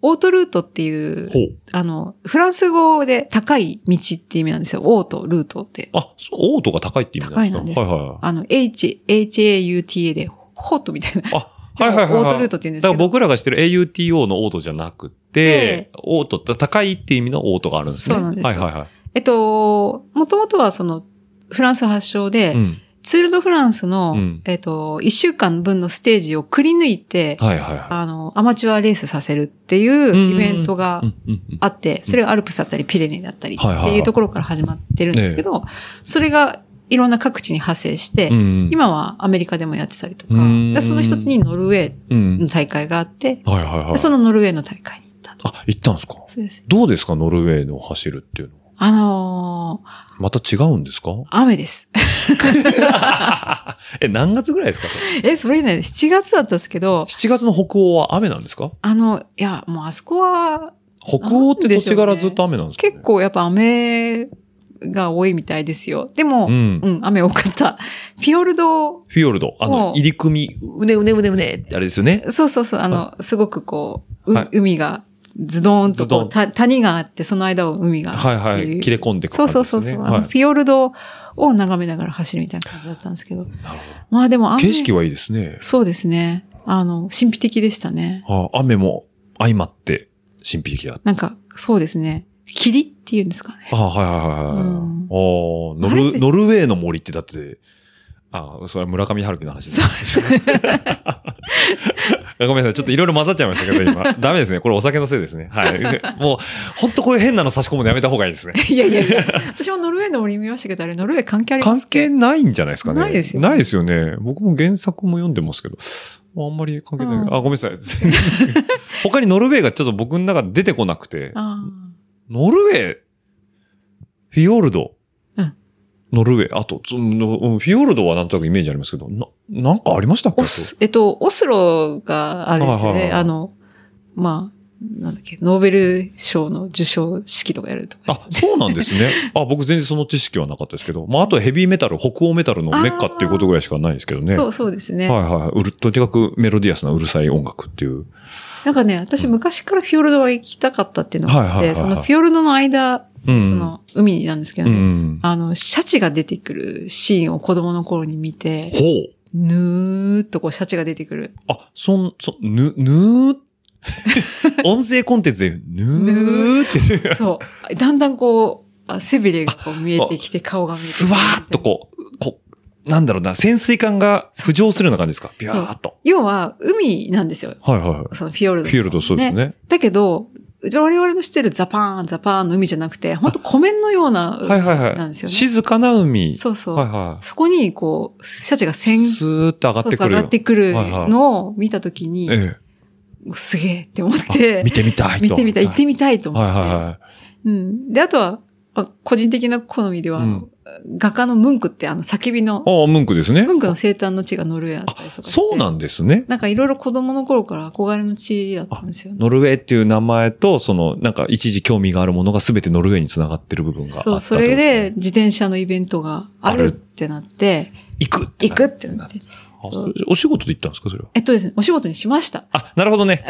オートルートっていう
ほ、う。
あの、フランス語で高い道って意味なんですよ。オート、ルートって。
あ、そう、王とか高いって意味なんですか
高い
はいはいはい。
あの、H、H-A-U-T-A で、ホットみたいな。 (laughs)
あ、はいはいはい、はい。
オートルートって言うんですけど
だから僕らが知ってる AUTO のオートじゃなくて
ええ、
オートって高いって意味のオートがあるんですね。
そうなんですよ
はいはいは
えっと、もともとはその、フランス発祥
い。
で、
うん。
ツールドフランスの、
うん
えっと、1週間分のステージをくり抜いて、
はいはいは
あの、アマチュアレースさせるってい
んうん
うイベントが
い。うんうんうん。
あって、それがアルプスだったりピレネーだったりっ
はいはいはい
ていうところから始まってるんですけど、それがいろんな各地に派生して、
うん
今はアメリカでもやってたりとか、
うん
でその一つにノルウェー
うん
の。大会があって、で
はいはいはい。
そのノルウェーの大会に行ったと。
あ、行ったんですか
そうです。
どうですかノルウェーの走るっていうのは。
あのー、
また違うんです
(laughs)
か
雨です。
え、何月ぐらいですかそれ
え、それ以外で7月だったんですけど、
?7 月の北欧は雨なんですか
あの、いや、もうあそこは
北欧って土地柄ずっと雨なんですか、ね
結。構やっぱ雨が多いみたいですよ。でも、
う
うん、
ん。
雨多かった。フィヨルド、
フィヨルド。あの
も、う
入り組み、うねうねうねうねってあれですよね。
そうそうそう、あの、すごくこう、う
はい
海が、ズドーンとこ
ズドン
うた谷があって、その間を海が
はい
あ
は
るっていう。
い。切れ込んでく
そ
感
う
じ
そ
です
うそ
よね。
うそう、
は
あの
い
フィヨルドを眺めながら走るみたいな感じだったんですけど。
なるほ
まあでも
ど
雨、
景色はいいですね。
そうですね。あの、神秘的でしたね。
はあ、雨も相まって神秘的だ。
なんか、そうですね。霧っていうんですかね。 (laughs)
あはいはいはいはい。
うん
あーノ
あれっ
ル
て
ノルウェーの森ってだって、あそれは村上春樹の話です。 (laughs) ごめんなさい。ちょっといろいろ混ざっちゃいましたけど、
(laughs)
今。ダメですね。これお酒のせいですね。はい。もう、ほんとこういう変なの差し込むのやめた方がいいですね。
いやいやいや、私もノルウェーの森見ましたけど、あれノルウェー関係ありま
関
すか
係ないんじゃないですかね。
ないですよね
ないですよね。僕も原作も読んでますけど、まああんまり関係ない。
うん
あ、ごめんなさい。全然他にノルウェーがちょっと僕の中で出てこなくて。
あ
ノルウェー、フィヨルド。
うん
ノルウェー、あと、そのうんフィヨルドはなんとなくイメージありますけど、な、なんかありましたっ
ー
け
オス、えっと、オスロがあれですよ
はいはい
ね。
はい
あの、まあ、なんだっけ、ノーベル賞の授賞式とかやるとか。
あ、そうなんです
(laughs)
ね。あ、僕全然その知識はなかったですけど、まあ、あとはヘビーメタル、北欧メタルのメッカっていうことぐらいしかないですけどね。
そ
は
う、そうです
い
ね。
はい。うる、とにかくメロディアスなうるさい音楽っていう。
なんかね、私昔からフィヨルドは行きたかったっていうのがあっ
はいはいはいはい
て、そのフィヨルドの間、
う
そ
ん。
の海なんですけど
う
ね、
ん。
あの、シャチが出てくるシーンを子供の頃に見て、
ほう。
ぬーっとこうシャチが出てく
(laughs)
る。
あ、そん、そ、ぬ、ぬー。 (laughs) 音声コンテンツで、ぬーって。
そう。だんだんこう、あ背びれがこう見えてきて、顔が見えてきて。
スワーッとこう、こう、なんだろうな、潜水艦が浮上するような感じですかビューッと。
要は、海なんですよ。
はいはいはい。
そのフィヨルド。
フィールドそうですね。
だけど、我々の知ってるザパーン、ザパーンの海じゃなくて、本当湖面のような海
はいはいはい。
なんですよね。
静かな海。
そうそう。
はいは
そこに、こう、シャチが
い。
先
スーッと上がってくる。
上がってくる
はいはい
のを見たときに、
え
すげえって思っ
え。
て
見、てみたいと。
見てみたい、行ってみたいと思っ
はい
て。
はいはい。
うん。で、あとは、まあ個人的な好みでは、あの画家のムンクってあの叫びの、
ああ、ムンクですね
ム。ンクの生誕の地がノルウェーだったりとかして
そうなんですね。
なんかいろいろ子供の頃から憧れの地だったんですよね。
ノルウェーっていう名前と、その、なんか一時興味があるものが全てノルウェーにつながってる部分があったって
そ
こと
う、それで、自転車のイベントがあ
あ
る
る
ってなって、
行くって
行
な
くってなって。
あそれお仕事で行ったんですかそれは。
えっとですね、お仕事にしました。
あ、なるほど
(laughs)
ね。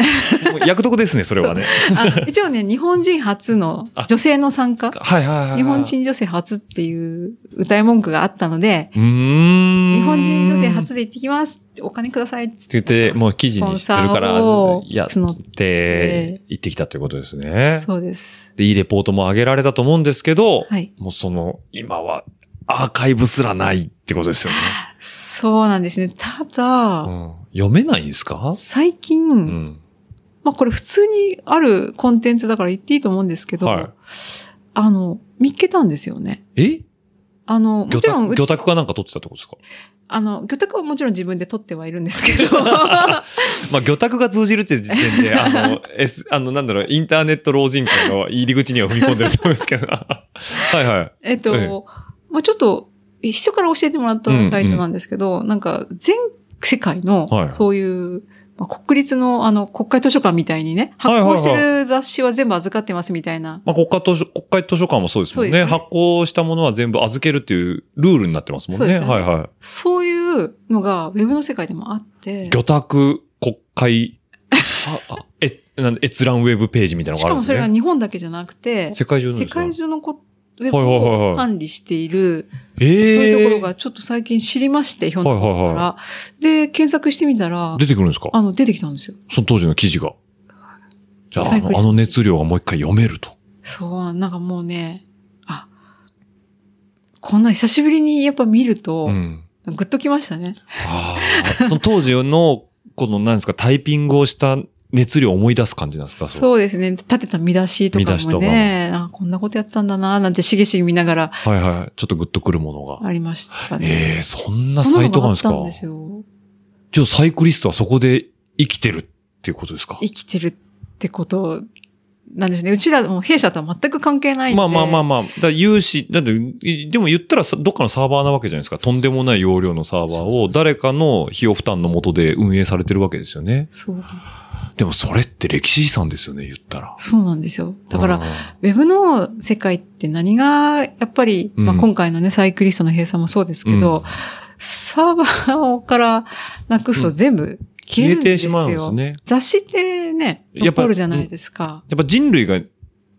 もう役得ですね、それはね。
あの一応ね、日本人初の女性の参加、
はいはいはいはい。
日本人女性初っていう歌い文句があったので、
うーん。
日本人女性初
っ
で行ってきます。お金くださいっつって
て言って、もう記事にするから
スポンサーを、
やっ
募ってて、
行ってきたということですね。
そうです。
で、いいレポートも上げられたと思うんですけど、
はい
もうその、今はアーカイブすらないってことですよね。
そうなんですね。ただ、
うん、読めないんですか
最近、
うん。
まあこれ普通にあるコンテンツだから言っていいと思うんですけど、
はい
あの、見っけたんですよね。
え
あの、も
魚
ちろん
拓魚
うち、
拓かなんか取ってたってことですか
あの、魚拓はもちろん自分で取ってはいるんですけ
(laughs)
ど、
まあ、魚拓が通じるって時点
(laughs)
で、あの、S、あの、なんだろう、インターネット老人会の入り口には踏み込んでると思うんですけど。 (laughs) はいはい。
えっと、
ええ
まあちょっと、一緒から教えてもらったサイトなんですけど、なんか、全世界
は
の、
い
そういう、まあ国立の、あの、国会図書館みたいにね、発
はいはいは
行
い
してる雑誌は全部預かってますみたいな。
まあ、国家図書、国会図書館もそうですもん
そう
ね。
ですね
発行したものは全部預けるっていうルールになってますもん
そう
ね。
ですね
はいは
そういうのが、ウェブの世界でもあっ
い。
て、
魚拓国会、ああえ、なんで閲覧ウェブページみたいな
し
のがある
か
ん
も
で
そ
す
れが
ね。
日本だけじゃなくて、
世界中の
世
ですか
界中のこウェブ
はいはいはいは
を
い
管理している、そう
ええ
いうところがちょっと最近知りまして、ひょんなことから、
はいはい
で、検索してみたら、
出てくるんですか
あの、出てきたんですよ。
その当時の記事が。じゃあ、あ
最高で
の
す
あの熱量がもう一回読めると。
そう、なんかもうね、あ、こんな久しぶりにやっぱ見ると
う、ん。
ぐっときましたね。
ああ、 (laughs) その当時の、この何ですか、タイピングをした熱量を思い出す感じなんですかう。
そうですね。立てた見出しとか
見出し
も
とかも
ね、なんかこんなことやってたんだな、なんてしげしげ見ながら
はいはい。ちょっとグッとくるものが。
ありました
ええ
ね。
そんなサイトがあるんですか
そんなのがあったんですよ。
じゃあサイクリストはそこで生きてるっていうことですか
生きてるってこと、なんですね。うちらも弊社とは全く関係ないんで。
まあまあまあまあ。だから有志、だって、いでも言ったらさどっかのサーバーなわけじゃないですか。とんでもない容量のサーバーを誰かの費用負担のもとで運営されてるわけですよね。
そう。
でもそれって歴史遺産ですよね、言ったら。
そうなんですよ。だから
うん、
ウェブの世界って何が、やっぱり、
うん
まあ今回のね、サイクリストの閉鎖もそうですけど、
うん
サーバーからなくすと全部消
消
えるん
え
で
て
す
し
よ。
まうんですね。
雑誌ってね、
やっぱ
残るじゃないですか。
やっぱ人類が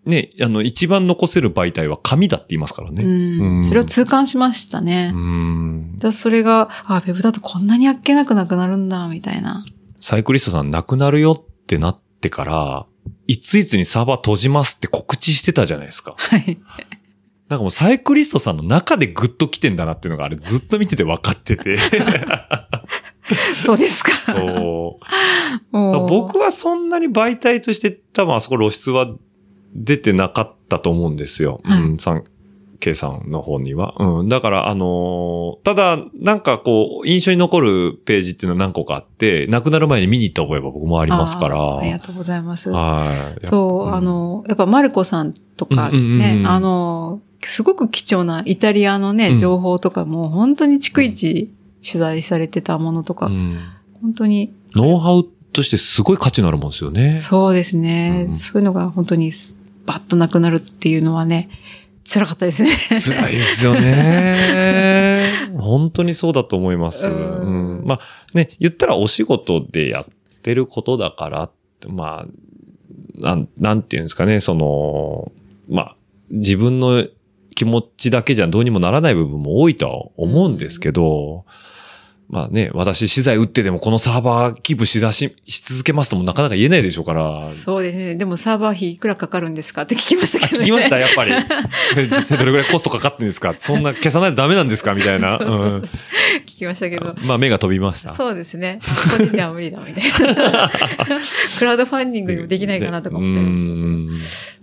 ね、あの、一番残せる媒体は紙だって言いますから
う
ね。
ん。
うん
それを痛感しましたね。
うん。
だそれが、あ、ウェブだとこんなにあっけなくなくなるんだ、みたいな。
サイクリストさん亡くなるよってなってから、いついつにサーバー閉じますって告知してたじゃないですか。
はい。
なんかもうサイクリストさんの中でグッと来てんだなっていうのがあれずっと見てて分かってて。
そうですか。
(laughs) そうだから
(laughs) もう
僕はそんなに媒体として多分あそこ露出は出てなかったと思うんですよ。
はい
うん、さん、K さんの方には。うん、だからあのーただなんかこう、印象に残るページっていうのは何個かあって、亡くなる前に見に行った覚えは僕もありますから。
あーあ
は
り
い
が。とうございます。
う。
そう、
ん
あの、やっぱマルコさんとか
うんうんうん
ね
う、ん
あの、すごく貴重なイタリアの
う
ね、
ん
情報とかも本当に逐一取材されてたものと
う
か、
ん
本当に、
ノウハウとしてすごい価値のあるもんですよね。
そうですね
う、ん
そういうのが本当にすバッとなくなるっていうのはね、辛かったですね。
辛いですよね。本当にそうだと思います。
う
うんんまあね、言ったらお仕事でやってることだから、まあ、なん、なんていうんですかね、その、まあ、自分の気持ちだけじゃどうにもならない部分も多いとは思うんですけど、まあね、私資材打ってでもこのサーバーキープしだし、し続けますともなかなか言えないでしょうから、
(laughs) そうですね。でもサーバー費いくらかかるんですかって聞きましたけど
聞
ね。
きました、やっぱ
(laughs)
り。実際どれぐらいコストかかってんですかそんな消さないとダメなんですかみたいな。うん
聞きましたけど。
まあ、目が飛びました。
そうですね。あ個人では無理だみたい
(laughs)
な。クラウドファンディングにもできないかなとか思ってました
う。ん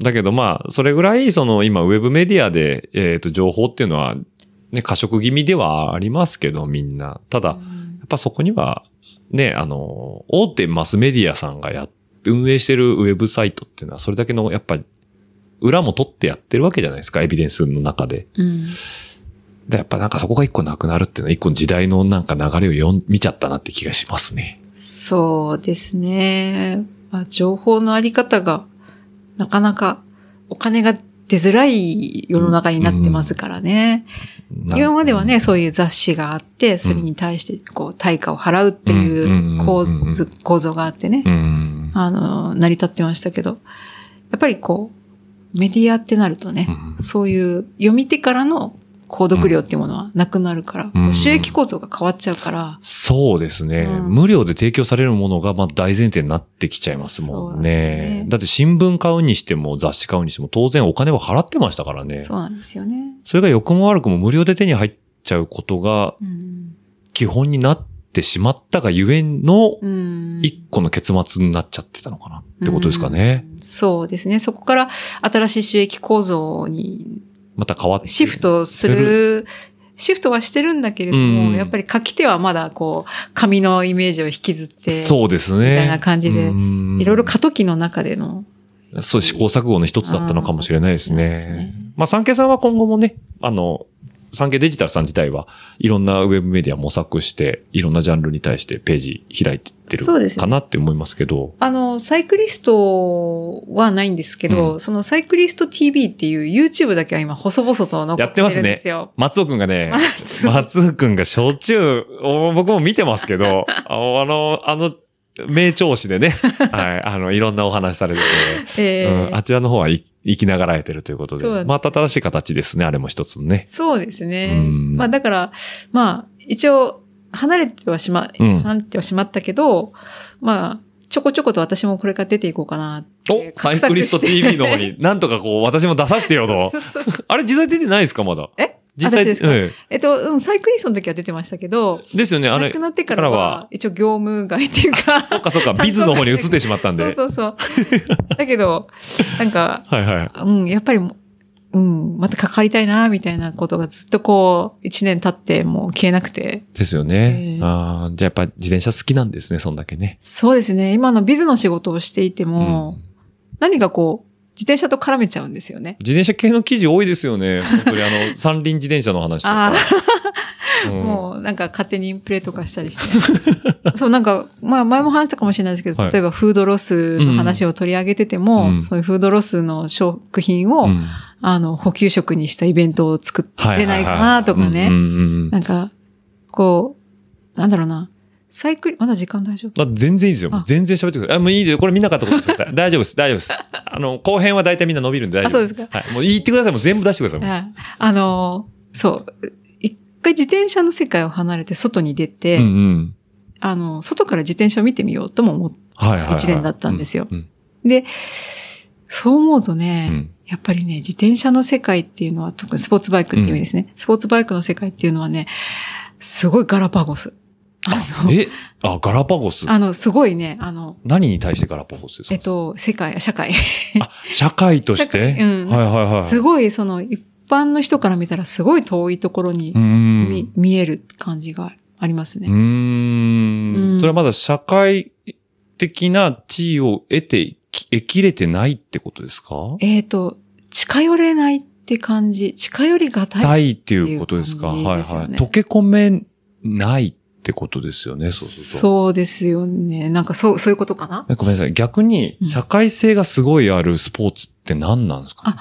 だけどまあ、それぐらい、その今、ウェブメディアで、えっ、と、情報っていうのは、ね、過食気味ではありますけど、みんな。ただ、やっぱそこには、ね、あの、大手マスメディアさんがやっ、運営してるウェブサイトっていうのは、それだけの、やっぱり、裏も取ってやってるわけじゃないですか、エビデンスの中で。
うん
でやっぱなんかそこが一個なくなるっていうのは一個時代のなんか流れを読ん見ちゃったなって気がしますね。
そうですね。まあ、情報のあり方が、なかなかお金が出づらい世の中になってますからね。
な
今まではね、そういう雑誌があって、それに対してこう対価を払うっていう構
うんうんうんう
図構造があってね
う、ん。
あの、成り立ってましたけど、やっぱりこう、メディアってなるとね、
うん
そういう読み手からの購読料っていうものはなくなるから、
うん
こう収益構造が変わっちゃうから、
そうですね、
うん
無料で提供されるものがまあ大前提になってきちゃいますもん
そうだ
ね。
ね
だって新聞買うにしても雑誌買うにしても当然お金は払ってましたからね。
そうなんですよね。
それが欲も悪くも無料で手に入っちゃうことが
うん
基本になってしまったがゆえの
うん
一個の結末になっちゃってたのかなってことですかね。
そうですね。そこから新しい収益構造に
また変わって。
シフトする、シフトはしてるんだけれども、
うん
やっぱり書き手はまだこう、紙のイメージを引きずって、
そうですね。
みたいな感じで
うん
いろいろ過渡期の中での、
そう、試行錯誤の一つだったのかもしれないです
うんそうです
ね
ね。
まあ、産経さんは今後もね、あの、産経デジタルさん自体はいろんなウェブメディア模索して、いろんなジャンルに対してページ開いてってる
そうですね
かなって思いますけど、
あの、サイクリストはないんですけど、
う
そのサイクリスト TV っていう YouTube だけは今細々と残ってるんですよ。
松尾くんがね、
(laughs) まだ
松尾くんがしょっちゅう、お僕も見てますけ
(laughs)
ど、あの、あの、あの名調子でね、はい、あの、いろんなお話されてて、
えー
うん、あちらの方はい生きながらえてるということ
そうだ
で、
ね
また新しい形ですね、あれも一つのね。
そうですね。
うん
まあだから、まあ一応離れてはしま、
うん
離れてはしまったけど、まあちょこちょこと私もこれから出ていこうかなっていう。
お、サイクリスト
画策して
TV の方に、なんとかこう、私も出させてよと
(laughs) そ。うそうそう
あれ実際出てないですか、まだ。
え
実際、
私ですか
え
えっと、うん、サイクリストの時は出てましたけど、
えですよね、あ
亡
れ
く。なってか
か
ら
らは
は、一応業務外っていうか、
そっかそっか、ビズの方に移ってしまったんで。
そうそうそう。だけど、なんか、
はいはい。
うん、やっぱりもう、うん、また関わりたいな、みたいなことがずっとこう、一年経ってもう消えなくて。
ですよね
え。え
ああ、じゃあやっぱ自転車好きなんですね、そんだけね。
そうですね。今のビズの仕事をしていても、
うん
何かこう、自転車と絡めちゃうんですよね。
自転車系の記事多いですよね。本当にあ
(laughs)
の、三輪自転車の話とか
あ。
うん
もうなんか勝手にインプレとかしたりして。 (laughs) そうなんか、まあ前も話したかもしれないですけど、
はい
例えばフードロスの話を取り上げてても、
うん
そういうフードロスの食品を、
うん
あの、補給食にしたイベントを作ってないかなとか
うんう
ね。
んうん
なんか、こう、なんだろうな。サイクル、まだ時間大丈夫
あ全然いいですよ
あ。
全然喋ってください。あ、もういいですよ。これ見なかったことにしてください。大丈夫です。大丈夫です。あの、後編は大体みんな伸びるんで大丈夫
あそうです
はい。もう言ってください。もう全部出してください。もう
ああの、そう。一回自転車の世界を離れて外に出て、
うんうん。
あの、外から自転車を見てみようとも思っ
はいはい、はい。
一年だったんですよ
うん
で、そう思うと
う
ね、
んうん
やっぱりね、自転車の世界っていうのは、特にスポーツバイクっていう意味ですね。スポーツバイクの世界っていうのはね、すごいガラパゴス。あの、
えあ、ガラパゴス。
あのすごいね、あの、
何に対してガラパゴスですか、
えっと、世界、社会。
あ、社会とし
社会
て、
うん
はいはいはい。
すごい、その、一般の人から見たらすごい遠いところに
うーん。
見,、見える感じがあります
う
ね。
ー。
うんん
それはまだ社会的な地位を得てき、得きれてないってことですか
えっ、と、近寄れないって感じ。近寄りがた
た
い。
いっていうことですか
っていう
は
感
い
じですよね
はい。溶け込めないってことですよね、そうすると。
そうですよね。なんかそう、そういうことかな。
えごめんなさい。逆に
うん、
社会性がすごいあるスポーツって何なんですか、ね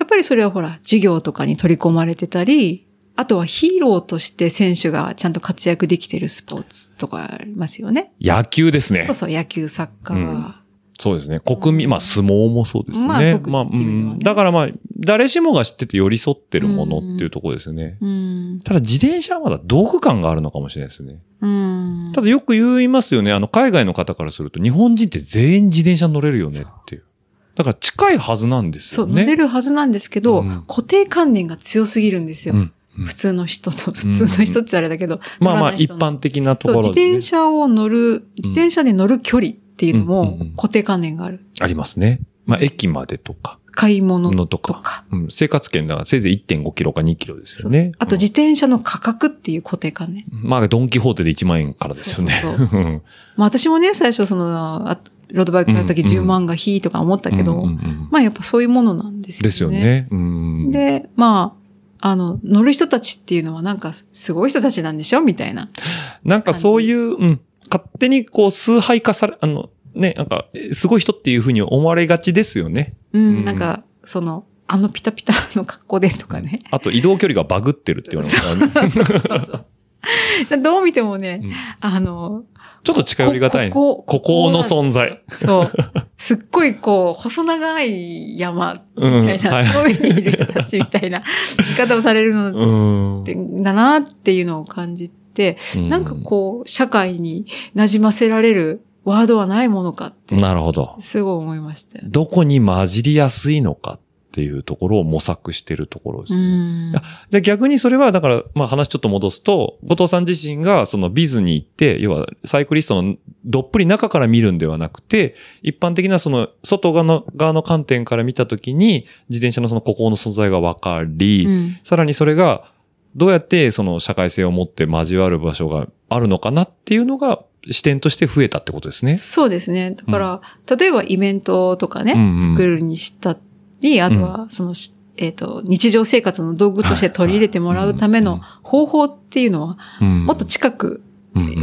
やっぱりそれはほら、授業とかに取り込まれてたり、あとはヒーローとして選手がちゃんと活躍できてるスポーツとかありますよね。
野球ですね
そう。そう、野球、サッカー。
そうですね。国民、まあ相撲もそうですね。
まあ国民
まあ、う
っていう意味では
ん。
ね
だからまあ、誰しもが知ってて寄り添ってるものっていうところですよね。
うん。
ただ自転車はまだ道具感があるのかもしれないですね。
うん
た。だよく言いますよね。あの、海外の方からすると、日本人って全員自転車乗れるよねっていう。だから近いはずなんです
そ
よ
う、
ね。
乗れるはずなんですけど、
うん
固定観念が強すぎるんですよ。
うんうん
普通の人と、普通の人ってあれだけど。
まあまあ、
乗らな
一
い人の
般的なと
そう
こ、ろ
自
でね、
転車を乗る、自転車で乗る距離ってい
う
うの
んう
も
んうん
固定観念がある。
ありますね。まあ、駅までとか、
買い物
のと
と
か。
か。
うん、生活圏だからせいぜい1.5キロか2キロですよ
そう
ね。
あと
うん
自転車の価格っていう固定観念。
まあ、ドンキホーテで1万円からですよね。
そうそう
(laughs) うん
まあ私もね、最初その、あロードバイクの時
うんうん
10万がいいとか思ったけど、
うんうんうん
まあやっぱそういうものなんですよね。
ですよ。ね。うん。
で、まあ、あの、乗る人たちっていうのはなんかすごい人たちなんでしょみたいな。
なんかそういう、うん、勝手にこう、崇拝化され、あの、ね、なんか、えすごい人っていうふうに思われがちですよね。
うん、
うん
なんか、その、あのピタピタの格好でとかね。
あと移動距離がバグってるって言われますからね。
(laughs) どう見てもね、
うん
あの、
ちょっと近寄りがたいね。
ここ
こ
こ
こ
こ
の存在。
そう。すっごいこう、細長い山みたいな、
うん
遠いにいる人たちみたいな見方をされるの
うん。
だなっていうのを感じて、なんかこう、社会に馴染ませられるワードはないものかって、
なるほど。
すごい思いましたよ。
どこに混じりやすいのかっっていうところを模索してるところです
う
ね。
ん。
じゃあ逆にそれは、だから、まあ話ちょっと戻すと、後藤さん自身がそのビズに行って、要はサイクリストのどっぷり中から見るんではなくて、一般的なその外側の側の観点から見たときに、自転車のその孤高の存在がわかり、
うん
さらにそれが、どうやってその社会性を持って交わる場所があるのかなっていうのが視点として増えたってことですね。
そうですね。だから、例えばイベントとかね、
うんうん
作るにしたり、あとは、その、しえっ、と、日常生活の道具として取り入れてもらうための方法っていうのは、も
も
っと近く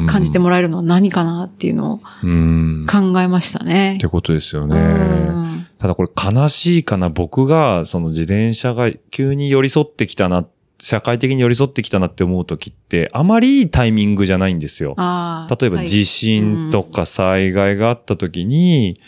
感じてもらえるのは何かなっていうのを
うん。っ
考えましたね
て。ことですよ
う
ね。
ん
ただこれ悲しいかな。僕が、その自転車が急に寄り添ってきたな、社会的に寄り添ってきたなって思うときって、あまりいいタイミングじゃないんですよ。
あー
例えば地震とか災害があったときに、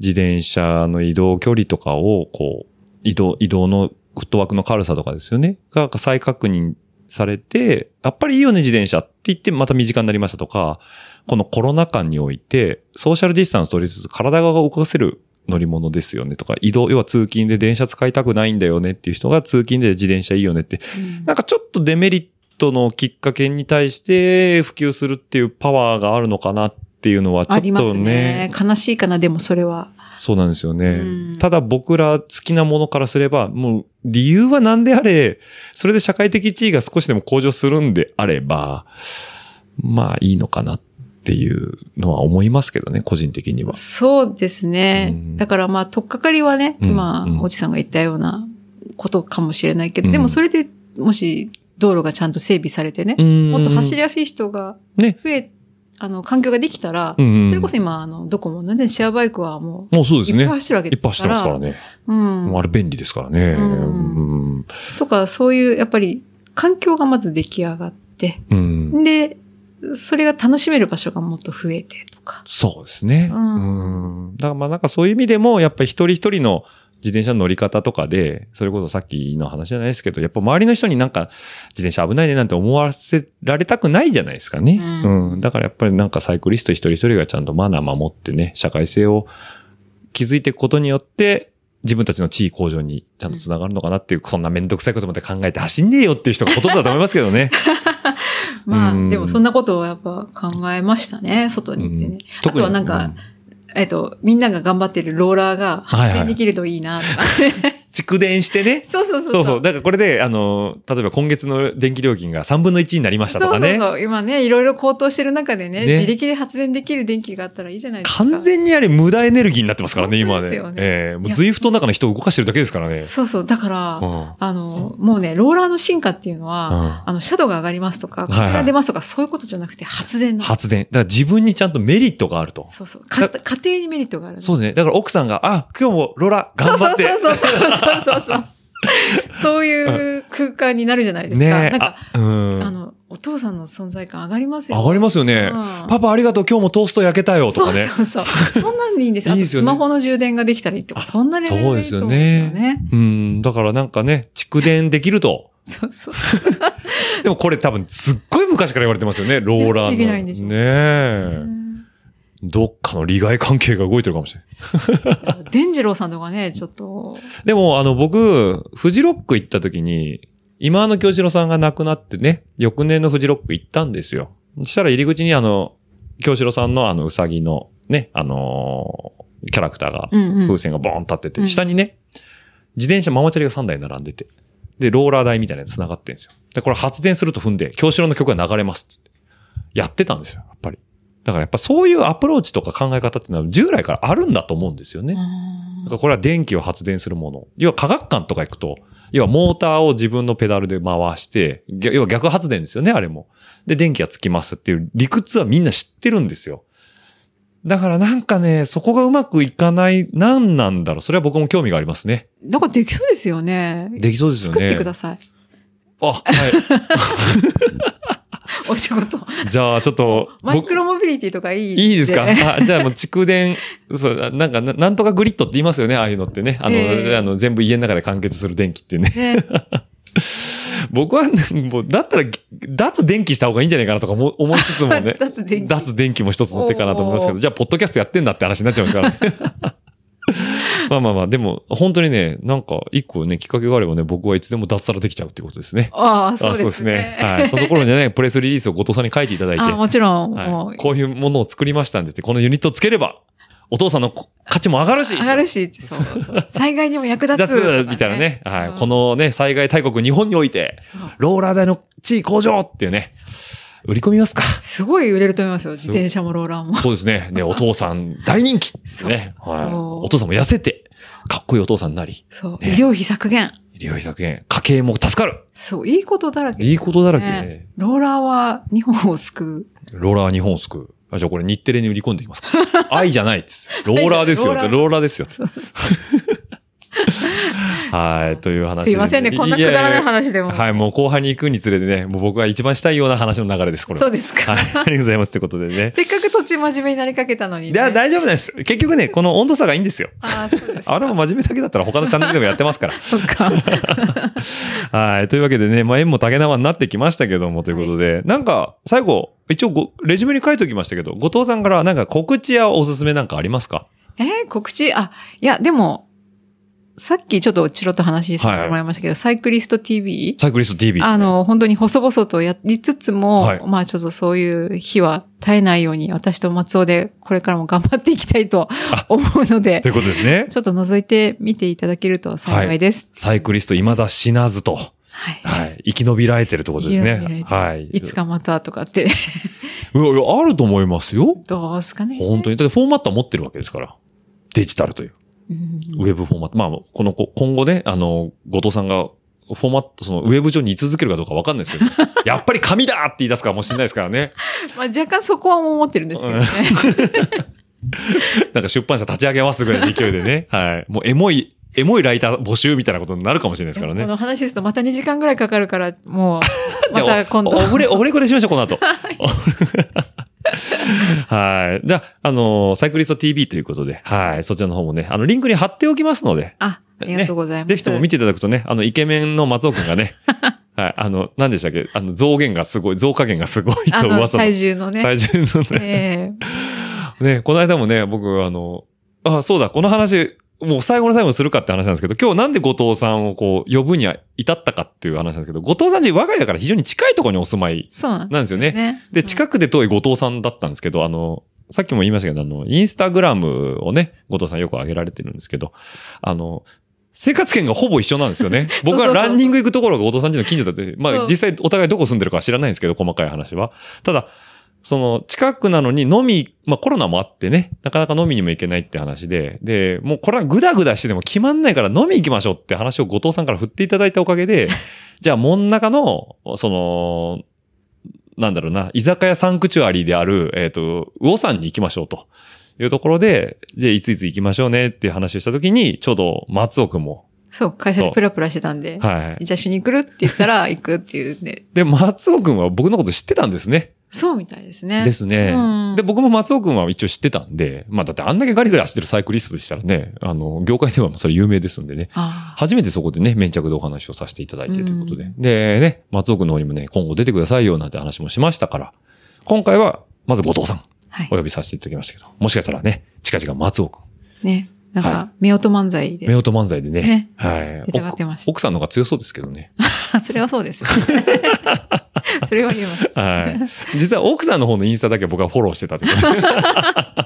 自転車の移動距離とかを、こう、移動、移動のフットワークの軽さとかですよね。が再確認されて、やっぱりいいよね、自転車って言ってまた身近になりましたとか、このコロナ禍において、ソーシャルディスタンス取りつつ体が動かせる乗り物ですよねとか、移動、要は通勤で電車使いたくないんだよねっていう人が通勤で自転車いいよねって、
うん
なんかちょっとデメリットのきっかけに対して普及するっていうパワーがあるのかなっていうのはちょ
あ
っ
りま
と
す
ね
ね。。悲しいかな、でもそれは。
そうなんですよね。
うん
ただ僕ら好きなものからすれば、もう理由は何であれ、それで社会的地位が少しでも向上するんであれば、まあいいのかなっていうのは思いますけどね、個人的には。
そうですね。
うん
だからまあ、とっかかりはね、
うん
今、
うん
おじさんが言ったようなことかもしれないけど、
うん
でもそれでもし道路がちゃんと整備されてね、も
も
っと走りやすい人が
ね
増え、あの、環境ができたら、
うんうん
それこそ今、あの、ドコモのね、シェアバイクはも
もうそう
う、
です
いっぱい
ね。
走るわけ
いっ
で
ぱい
す
走っ
か
てます
ら。
からね。
うん
もう。あれ便利ですからね。
うん
うん
とか、そういう、やっぱり、環境がまず出来上がって、
うん
で、それが楽しめる場所がもっと増えてとか。
そうですね。
う
うんん。だからまあなんかそういう意味でも、やっぱり一人一人の自転車の乗り方とかで、それこそさっきの話じゃないですけど、やっぱ周りの人になんか自転車危ないねなんて思わせられたくないじゃないですかね。
う
うん。だからやっぱりなんかサイクリスト一人一人がちゃんとマナー守ってね、社会性を築いていくことによって、自分たちの地位向上にちゃんと繋がるのかなっていう、そんなめんどくさいことまで考えて走んねえよっていう人がほとんどだと思いますけどね。
まあ、
うん
でもそんなことをやっぱ考えましたね、外に行ってね。
うん
あとはなん
特
か
に、
えっと、みんなが頑張ってるローラーが
はいはい
発展できるといいなとか。
蓄電してね。
(laughs) そうそうそう。
そうそう。だからこれで、あの、例えば今月の電気料金が3分の1になりましたとかね。
そうそうそう今ね、いろいろ高騰してる中でね、
ね
自力で発電できる電気があったらいいじゃないですか。
完全にあれ無駄エネルギーになってますからね、今
本当
ね。
ですよね
ええも
いうや
ズイフトの中の人を動かしてるだけですからね。
そうそう。だから、
うん
あの、もうね、ローラーの進化っていうのは、
うん
あの、シャドウが上がりますとか、
い
風が出ますとか、そういうことじゃなくて発電の。
発電。だから自分にちゃんとメリットがあると。
そうそう。か家庭にメリットがあるの。
そうですね。だから奥さんが、あ、今日もローラ頑張って。
そうそうそうそうそうそうそう。そういう空間になるじゃないですか。
ねえ
なんか、
あうん。
あの、お父さんの存在感上がりますよ。
上がりますよね。
うん
パパありがとう、今日もトースト焼けたよ、とかね。
そうそうそう。そんなんでいいんですよ。
いいで
あと
すよ
ス
ね
マホの充電ができたりとか、そんなレベル
そう
で
で
いい
す
と思
よ
うんですよ
ね
ね。
うん。だからなんかね、蓄電できると。
そうそう。
でもこれ多分すっごい昔から言われてますよね、ローラーの。
できないんでしょう
ねえ。どっかの利害関係が動いてるかもしれない。
デンジローさんとかね、ちょっと、
でも、あの、僕、フジロック行った時に、今あの京次郎さんが亡くなってね、翌年のフジロック行ったんですよ。そしたら入り口にあの、京次郎さんのあの、うさぎのね、あのーキャラクターが、
うんうん
風船がボーン立ってて、
うん
下にね、自転車ママチャリが3台並んでて、で、ローラー台みたいなやつ繋がってるんですよ。で、これ発電すると踏んで、京次郎の曲が流れますっつって。やってたんですよ、やっぱり。だからやっぱそういうアプローチとか考え方っていうのは従来からあるんだと思うんですよね。だからこれは電気を発電するもの。要は科学館とか行くと、要はモーターを自分のペダルで回して、ぎゃ要は逆発電ですよね、あれも。で、電気がつきますっていう理屈はみんな知ってるんですよ。だからなんかね、そこがうまくいかない、なんなんだろう。それは僕も興味がありますね。
なんかできそうですよね。
できそうですよね。
作ってください。
あ、は
お仕事。
い。じゃあちょっ
(laughs)
と、
マイク
僕
ロモビリティとかいい
いいですか (laughs)
ってね
あじゃあもう蓄電、そう、あなんかな、なんとかグリッドって言いますよね、ああいうのってね。あの、
ええ
あの全部家の中で完結する電気ってね。
ね。。
僕は、もう、だったら、脱電気した方がいいんじゃないかなとか思思いつつもね
(laughs) 脱電気
脱電気も一つの手かなと思いますけ
お
ど、
ー (laughs)
じゃあ、ポッドキャストやってんだって話になっちゃいますからね。まあまあまあ、でも、本当にね、なんか、一個ね、きっかけがあればね、僕はいつでも脱サラできちゃうっていうことですね。
ああ、
あ
そうですね。
はい。その頃にね、プレスリリースを後藤さんに書いていただいて、
あもちろん、も
は
う
い、、こういうものを作りましたんでって、このユニットをつければ、お父さんのこ価値も上がるし
上がるし、そう。
(laughs)
災害にも役立つとかね、
脱みたいなね。はい。
うん
このね、災害大国日本において、ローラー代の地位向上っていうね、売り込みますか。
すごい売れると思いますよ。自転車もローラーも。
そうですね。ね、お父さん大人気ですね。
そう
はい。
そう
お父さんも痩せて、かっこいいお父さんになり、
そう。
ね
医療費削減。
医療費削減、家計も助かる。
そう、いいことだらけ。
いいことだらけ、
ねローラーは日本を救う。
ローラーは日本を救う。あじゃあこれ日テレに売り込んでいきます
(laughs)
か。愛じゃないっつって。ローラーですよ。
ロ
ロ
ーラー
ーラーですよ。 (laughs) はい。という話で。
すいませんね、こんなくだらない話でも。
いやいやはい。もう後半に行くにつれてね、もう僕が一番したいような話の流れです、これは。
そうですか。
はい。ありがとうございます。ということでね。
せっかく途中真面目になりかけたのに、
い
ね。
や、大丈夫なんです。結局ね、この温度差がいいんですよ。
あーそうです。
あれも真面目だけだったら他のチャンネルでもやって
(laughs)
ますから。
そっ
(laughs)
か。
はい。というわけでね、まあ、縁も竹縄になってきましたけども、ということで、なんか、最後、一応ご、レジュメに書いておきましたけど、後藤さんから、なんか告知やおすすめなんかありますか
えー告知あ、いや、でも、さっきちょっとチロッと話させてもらいましたけど、サイクリスト TV?
サイクリスト TV ですね、
あの、本当に細々とやりつつも、
はい
まあちょっとそういう日は絶えないように、私と松尾でこれからも頑張っていきたいと思うので
とい、うことですね。
ちょっと覗いてみていただけると幸いです。
サイクリスト未だ死なずと、
はい。
はい。生き延びられてるってことです
生き延び
ね。
られて
はい。
いつかまたと
(laughs)
かって、
うわ。いや、あると思いますよ。
どうすかね。
本当に。だってフォーマットは持ってるわけですから。デジタルという。
うん
ウェブフォーマット。まあ、この子、今後ね、あの、後藤さんが、フォーマット、その、ウェブ上に居続けるかどうかわかんないですけど、やっぱり紙だって言い出すかもしれないですからね。
(laughs) まあ若干そこは思ってるんですけどね。
なんか出版社立ち上げますぐらいの勢いでね。はい。もうエモい、エモいライター募集みたいなことになるかもしれないですから
こ
ね。
の話ですとまた2時間ぐらいかかるから、
(laughs)
もう、
じ
ま
ゃあ
た今度。
おおふれ、おふれこれしましょう、この後。はい。じゃあ、あのサイクリスト TV ということで、はい。そちらの方もね、あの、リンクに貼っておきますので、
あ、ありがとうございます。
ぜひとも見ていただくとね、あの、イケメンの松尾くんが
(laughs)
ね、はい、あの、何でしたっけあの、増減がすごい、増加減がすごい
あ
と
の、
噂の。
体重のね。
体重のね。
ええ
ね、この間もね、僕、あの、あ、そうだ、この話、もう最後の最後にするかって話なんですけど、今日なんで後藤さんをこう、呼ぶには至ったかっていう話なんですけど、後藤さんち我が家から非常に近いところにお住まい
そうなんで
なんですよ
す
ね。
ね。
で、近くで遠い後藤さんだったんですけど、あの、さっきも言いましたけど、あの、インスタグラムをね、後藤さんよく上げられてるんですけど、あの、生活圏がほぼ一緒なんですよね。僕
そう
は
そうそう
ランニング行くところが後藤さん家の近所だって、ま
そ
あ
う
実際お互いどこ住んでるかは知らないんですけど、細かい話は。ただ、その、近くなのに飲み、まあコロナもあってね、なかなか飲みにも行けないって話で、で、もうこれはグダグダしてでも決まんないから飲み行きましょうって話を後藤さんから振っていただいたおかげ
(laughs)
で、じゃあ真ん中の、その、なんだろうな、居酒屋サンクチュアリーである、えっ、と、魚さんに行きましょうというところで、じゃあいついつ行きましょうねっていう話をしたときに、ちょうど松尾くんも、
うんそう、会社でプラプラしてたんで。
はい。
じゃあ一緒に来るって言った (laughs) ら行くっていうね。
で、松尾くんは僕のこと知ってたんですね。
そうみたいですね。
ですね。
うん
で、僕も松尾くんは一応知ってたんで、まあだってあんだけガリガリしてるサイクリストでしたらね、あの、業界ではもうそれ有名ですんでね。
ああ。
初めてそこでね、粘着でお話をさせていただいてということで。
う
で、ね、松尾くんの方にもね、今後出てくださいよなんて話もしましたから、今回は、まず後藤さん。
はい
お。呼びさせていただきましたけど、もしかしたらね、近々松尾くん、
ね。なん
は
か、夫婦漫才で。
夫婦漫才でね、
ね
はい
出たがってました
奥。奥さんの方が強そうですけどね。
それはそうですよ。 (laughs) それは言えます。
はい。実は奥さんの方のインスタだけ僕はフォローしてたってこと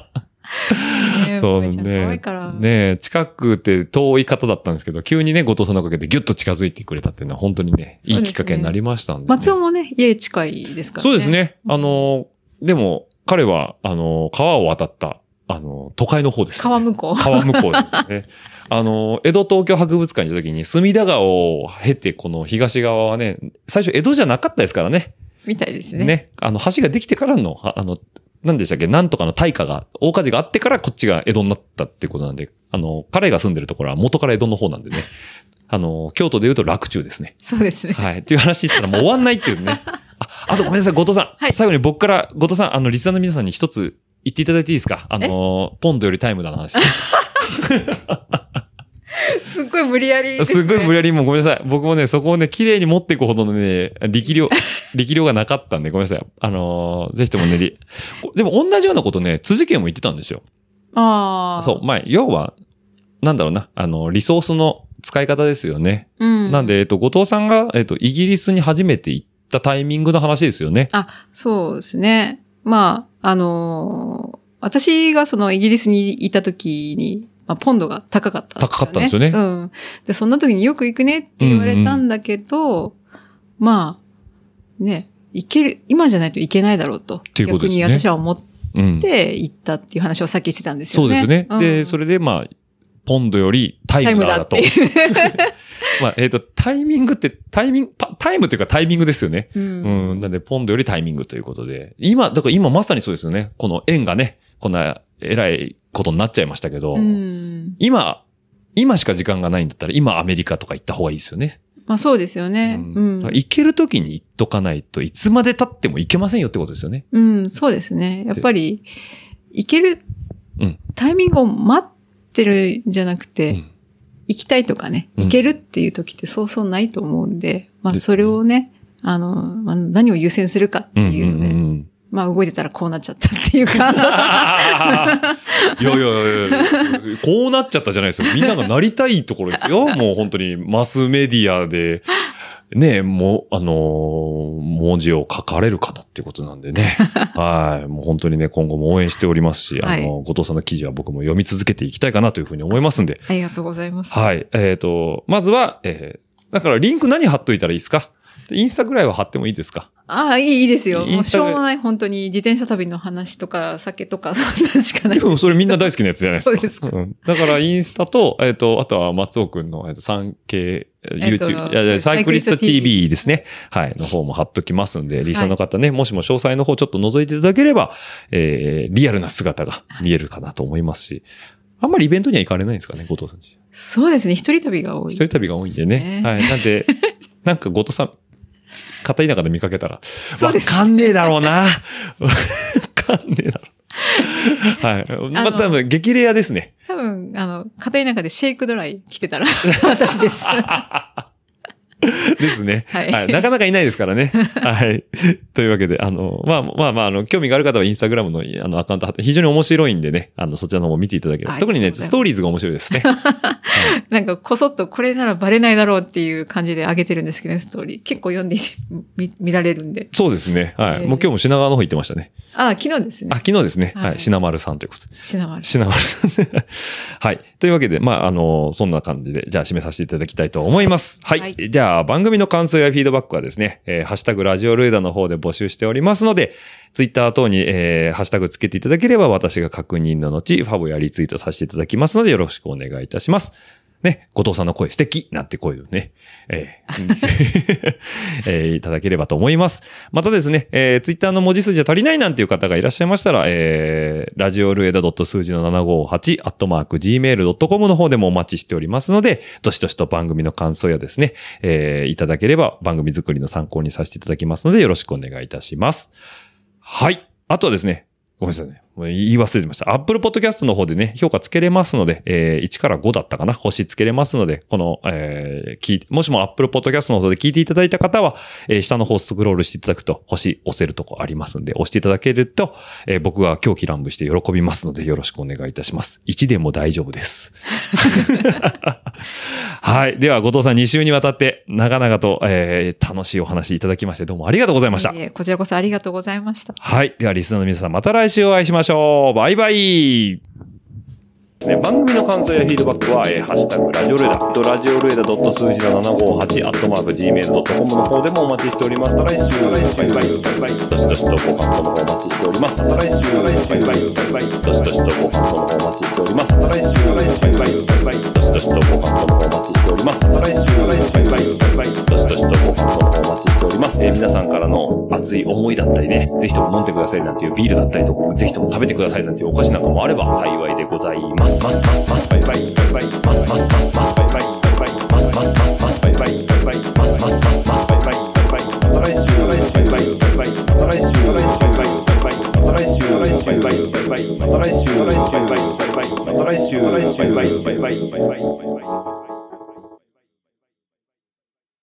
ね
そう
め
ね
ちゃ。めちゃ可愛いから。
ね近くて遠い方だったんですけど、急にね、後藤さんのおかげでギュッと近づいてくれたっていうのは本当にね、いいきっかけになりましたんで、ね。
松尾もね、家近いですからね。
そうです。ね。あの、でも、彼は、あの、川を渡った、あの、都会の方です、ね。
川向こう。
川向こうです
(laughs)
ね。あの、江戸東京博物館にいた時に、隅田川を経て、この東側はね、最初江戸じゃなかったですからね。
みたいです
ね。
ね。
あの、橋ができてからの、ああの、何でしたっけ、なんとかの大火が、大火事があってからこっちが江戸になったっていうことなんで、あの、彼が住んでるところは元から江戸の方なんでね。あの、京都で言うと楽中
(laughs)
ですね。
そうですね。
はい。っていう話したらもう終わんないっていうね。あ、あとごめんなさい、後藤さん。
はい
最後に僕から、後藤さん、あの、リスナーの皆さんに一つ言っていただいていいですかあの、ポンドよりタイムだの話。
すっごい無理やりです
す
ね。
ごい無理やりもうごめんなさい。僕もね、そこをね、綺麗に持っていくほどのね、力
(laughs)
量、力量がなかったんで、ごめんなさい。あのーぜひともね、りこでも同じようなことね、辻健も言ってたんですよ。
ああ。
そう、前、要は、なんだろうな、あの、リソースの使い方ですよね。
うん。
なんで、えっと、後藤さんが、えっと、イギリスに初めて行ったタイミングの話ですよね。
あ、そうですね。まあ、あのー私がそのイギリスにいた時に、まあ、ポンドが高かった、
高かったんですよね
うん。で、そんな時によく行くねって言われたんだけど、まあ、ね、行ける、今じゃないといけないだろうと。
ていうことですね
逆に私は思っ
うん。
て行ったっていう話をさっきしてたんです
そ
よ
うで
ね。
すね。で、そ
れ、
れで、まあ、ポンドよりタ
タ
イ
イ
ム
ム
だ
だっ
と
て。いう。
まあ、えっと、タイミングって、タイミング、パタイムというかタイミングですよね。
う
うん、なんで、ポンドよりタイミングということで。今、だから今まさにそうですよね。この円がね、こんな偉いことになっちゃいましたけど、
うん。
今、今しか時間がないんだったら、今アメリカとか行った方がいいですよね。
まあそうですよ
う
ね。うん
だから。行ける時に行っとかないといつまで経っても行けませんよってことですよね。
うん、そうですね。やっぱり、行ける
うん
タイミングを待ってるんじゃなくて、
うん
行きたいとかね、
うん
行けるっていう時ってそうそうないと思うんで、まあ
ですね
それをね、あの、まあ、何を優先するかって
うん、う
いうの
ん、
で、
うん。
まあ動いてたらこうなっちゃったってい
(laughs)
うか、
いやいやいやいや、こうなっちゃったじゃないですよ。みんながなりたいところ
(laughs)
ですよ。もう本当にマスメディアで、ねえ、もう、あのー文字を書かれる方ってことなんで
(laughs)
ね。はい。もう本当にね、今後も応援しておりますし、あ
はい
の、後藤さんの記事は僕も読み続けていきたいかなというふうに思いますんで。
ありがとうございます。
はい。えっ、と、まずは、えーだからリンク何貼っといたらいいですかインスタぐらいは貼ってもいいですか
ああ、いい、いいですよ。
イ
も
ン
う
ス
し
タで
ょうもない、本当に自転車旅の話とか酒
(laughs)
とか、そんなしかない
で。もそれみんな大好きなやつじゃないですか。
そうですか
んだからインスタと、えっ、と、あとは松尾くんの、えっ、と、産経、えー
えっと
YouTube、いやいや、サイクリスト
サイクリスト
TV ですね。はい、の方も貼っときますんで、リスナーの方ね、もしも詳細の方ちょっと覗いていただければ、えー、リアルな姿が見えるかなと思いますし、あんまりイベントには行かれないんですかね、後藤さん自身。
そうですね、一人旅が多い、
一人旅が多いんでね。
は。
はいい、なん
(laughs)
で、なんか後藤さん、片田舎で見かけたら、
う
わ
です
かんねえだろうな。わかんねえだろう。はい。まあ、
あの
多分激レアですね。
多分、あの、片田舎でシェイクドライ来てたら、 (laughs) 私です。
ですね。は、
はいい
なかなかいないですからね。はい。というわけで、あの、まあまあまあ、あの、興味がある方はインスタグラムのあのアカウント貼って非常に面白いんでね、あの、そちらの方も見ていただければ。
はい
特にね、
ありがとうございます
ストーリーズが面白い
(laughs)
ですね。
なんかこそっとこれならバレないだろうっていう感じで上げてるんですけどね、ストーリー。結構読んでいて見見られるんで。
そうですね。はい。
えー
もう今日も品川の方行ってましたね。
ああ、昨日です
あ、
ね。
昨日ですね。は。
はいい
品丸さんということで。
品丸。
品丸さん。 (laughs) はい。というわけで、まあ、あの、そんな感じで、じゃあ締めさせていただきたいと思います。はい。
はい
じゃあ、番組の感想やフィードバックはですね、えーハッシュタグラジオルエダの方で募集しておりますので、ツイッター等に、えーハッシュタグつけていただければ、私が確認の後、ファボやリツイートさせていただきますので、よろしくお願いいたします。ね、後藤さんの声素敵なんて声をね、えーえ (laughs) ーいただければと思います。またですね、えー、ツイッターの文字数じゃ足りないなんていう方がいらっしゃいましたら、えー、ラジオルエダ数字の758、アットマーク、gmail.com の方でもお待ちしておりますので、どしどしと番組の感想やですね、えー、いただければ番組作りの参考にさせていただきますので、よろしくお願いいたします。はい。あとはですね、ごめんなさいね。もう言い忘れてました。Apple Podcast の方でね、評価つけれますので、えー、1から5だったかな星つけれますので、この、えー、聞いもしも Apple Podcast の方で聞いていただいた方は、えー下の方スクロールしていただくと、星押せるとこありますんで、押していただけると、えー僕が狂気乱舞して喜びますので、よろしくお願いいたします。1でも大丈夫です。 (laughs) はい。では、後藤さん2週にわたって、長々と、えー楽しいお話いただきまして、どうもありがとうございました
い。えいえこちらこそありがとうございました。
はい。では、リスナーの皆さん、また来週お会いしましょう。バイバイ。ね、番組の感想やフィードバックは、えーハッシュタグ、ラジオルエダ、えっとラジオルエダ数字の758、アットマーク、gmail.com の方でもお待ちしております。また来週、バイバイ、バイバイ、どしどしとご感想の方お待ちしております。また来週、バイバイ、バイバイ、どしどしとご感想の方お待ちしております。また来週、バイバイ、バイバイ、どしどしとご感想の方お待ちしております。また来週、バイバイ、バイバイ、どしどしとご感想の方お待ちしております。えー皆さんからの熱い思いだったりね、ぜひとも飲んでくださいなんていうビールだったりとか、ぜひとも食べてくださいなんていうお菓子なんかもあれば幸いでございます。ますますますバイバイバイバイますますますますバイバイバイバイますますますますバイバイバイバイますますますますバイバイバイバイまた来週バイバイバイバイまた来週バイバイバイバイまた来週バイバイバイバイまた来週バイバイバイバイまた来週バイバイバイバイまた来週バイバイバイバイバイ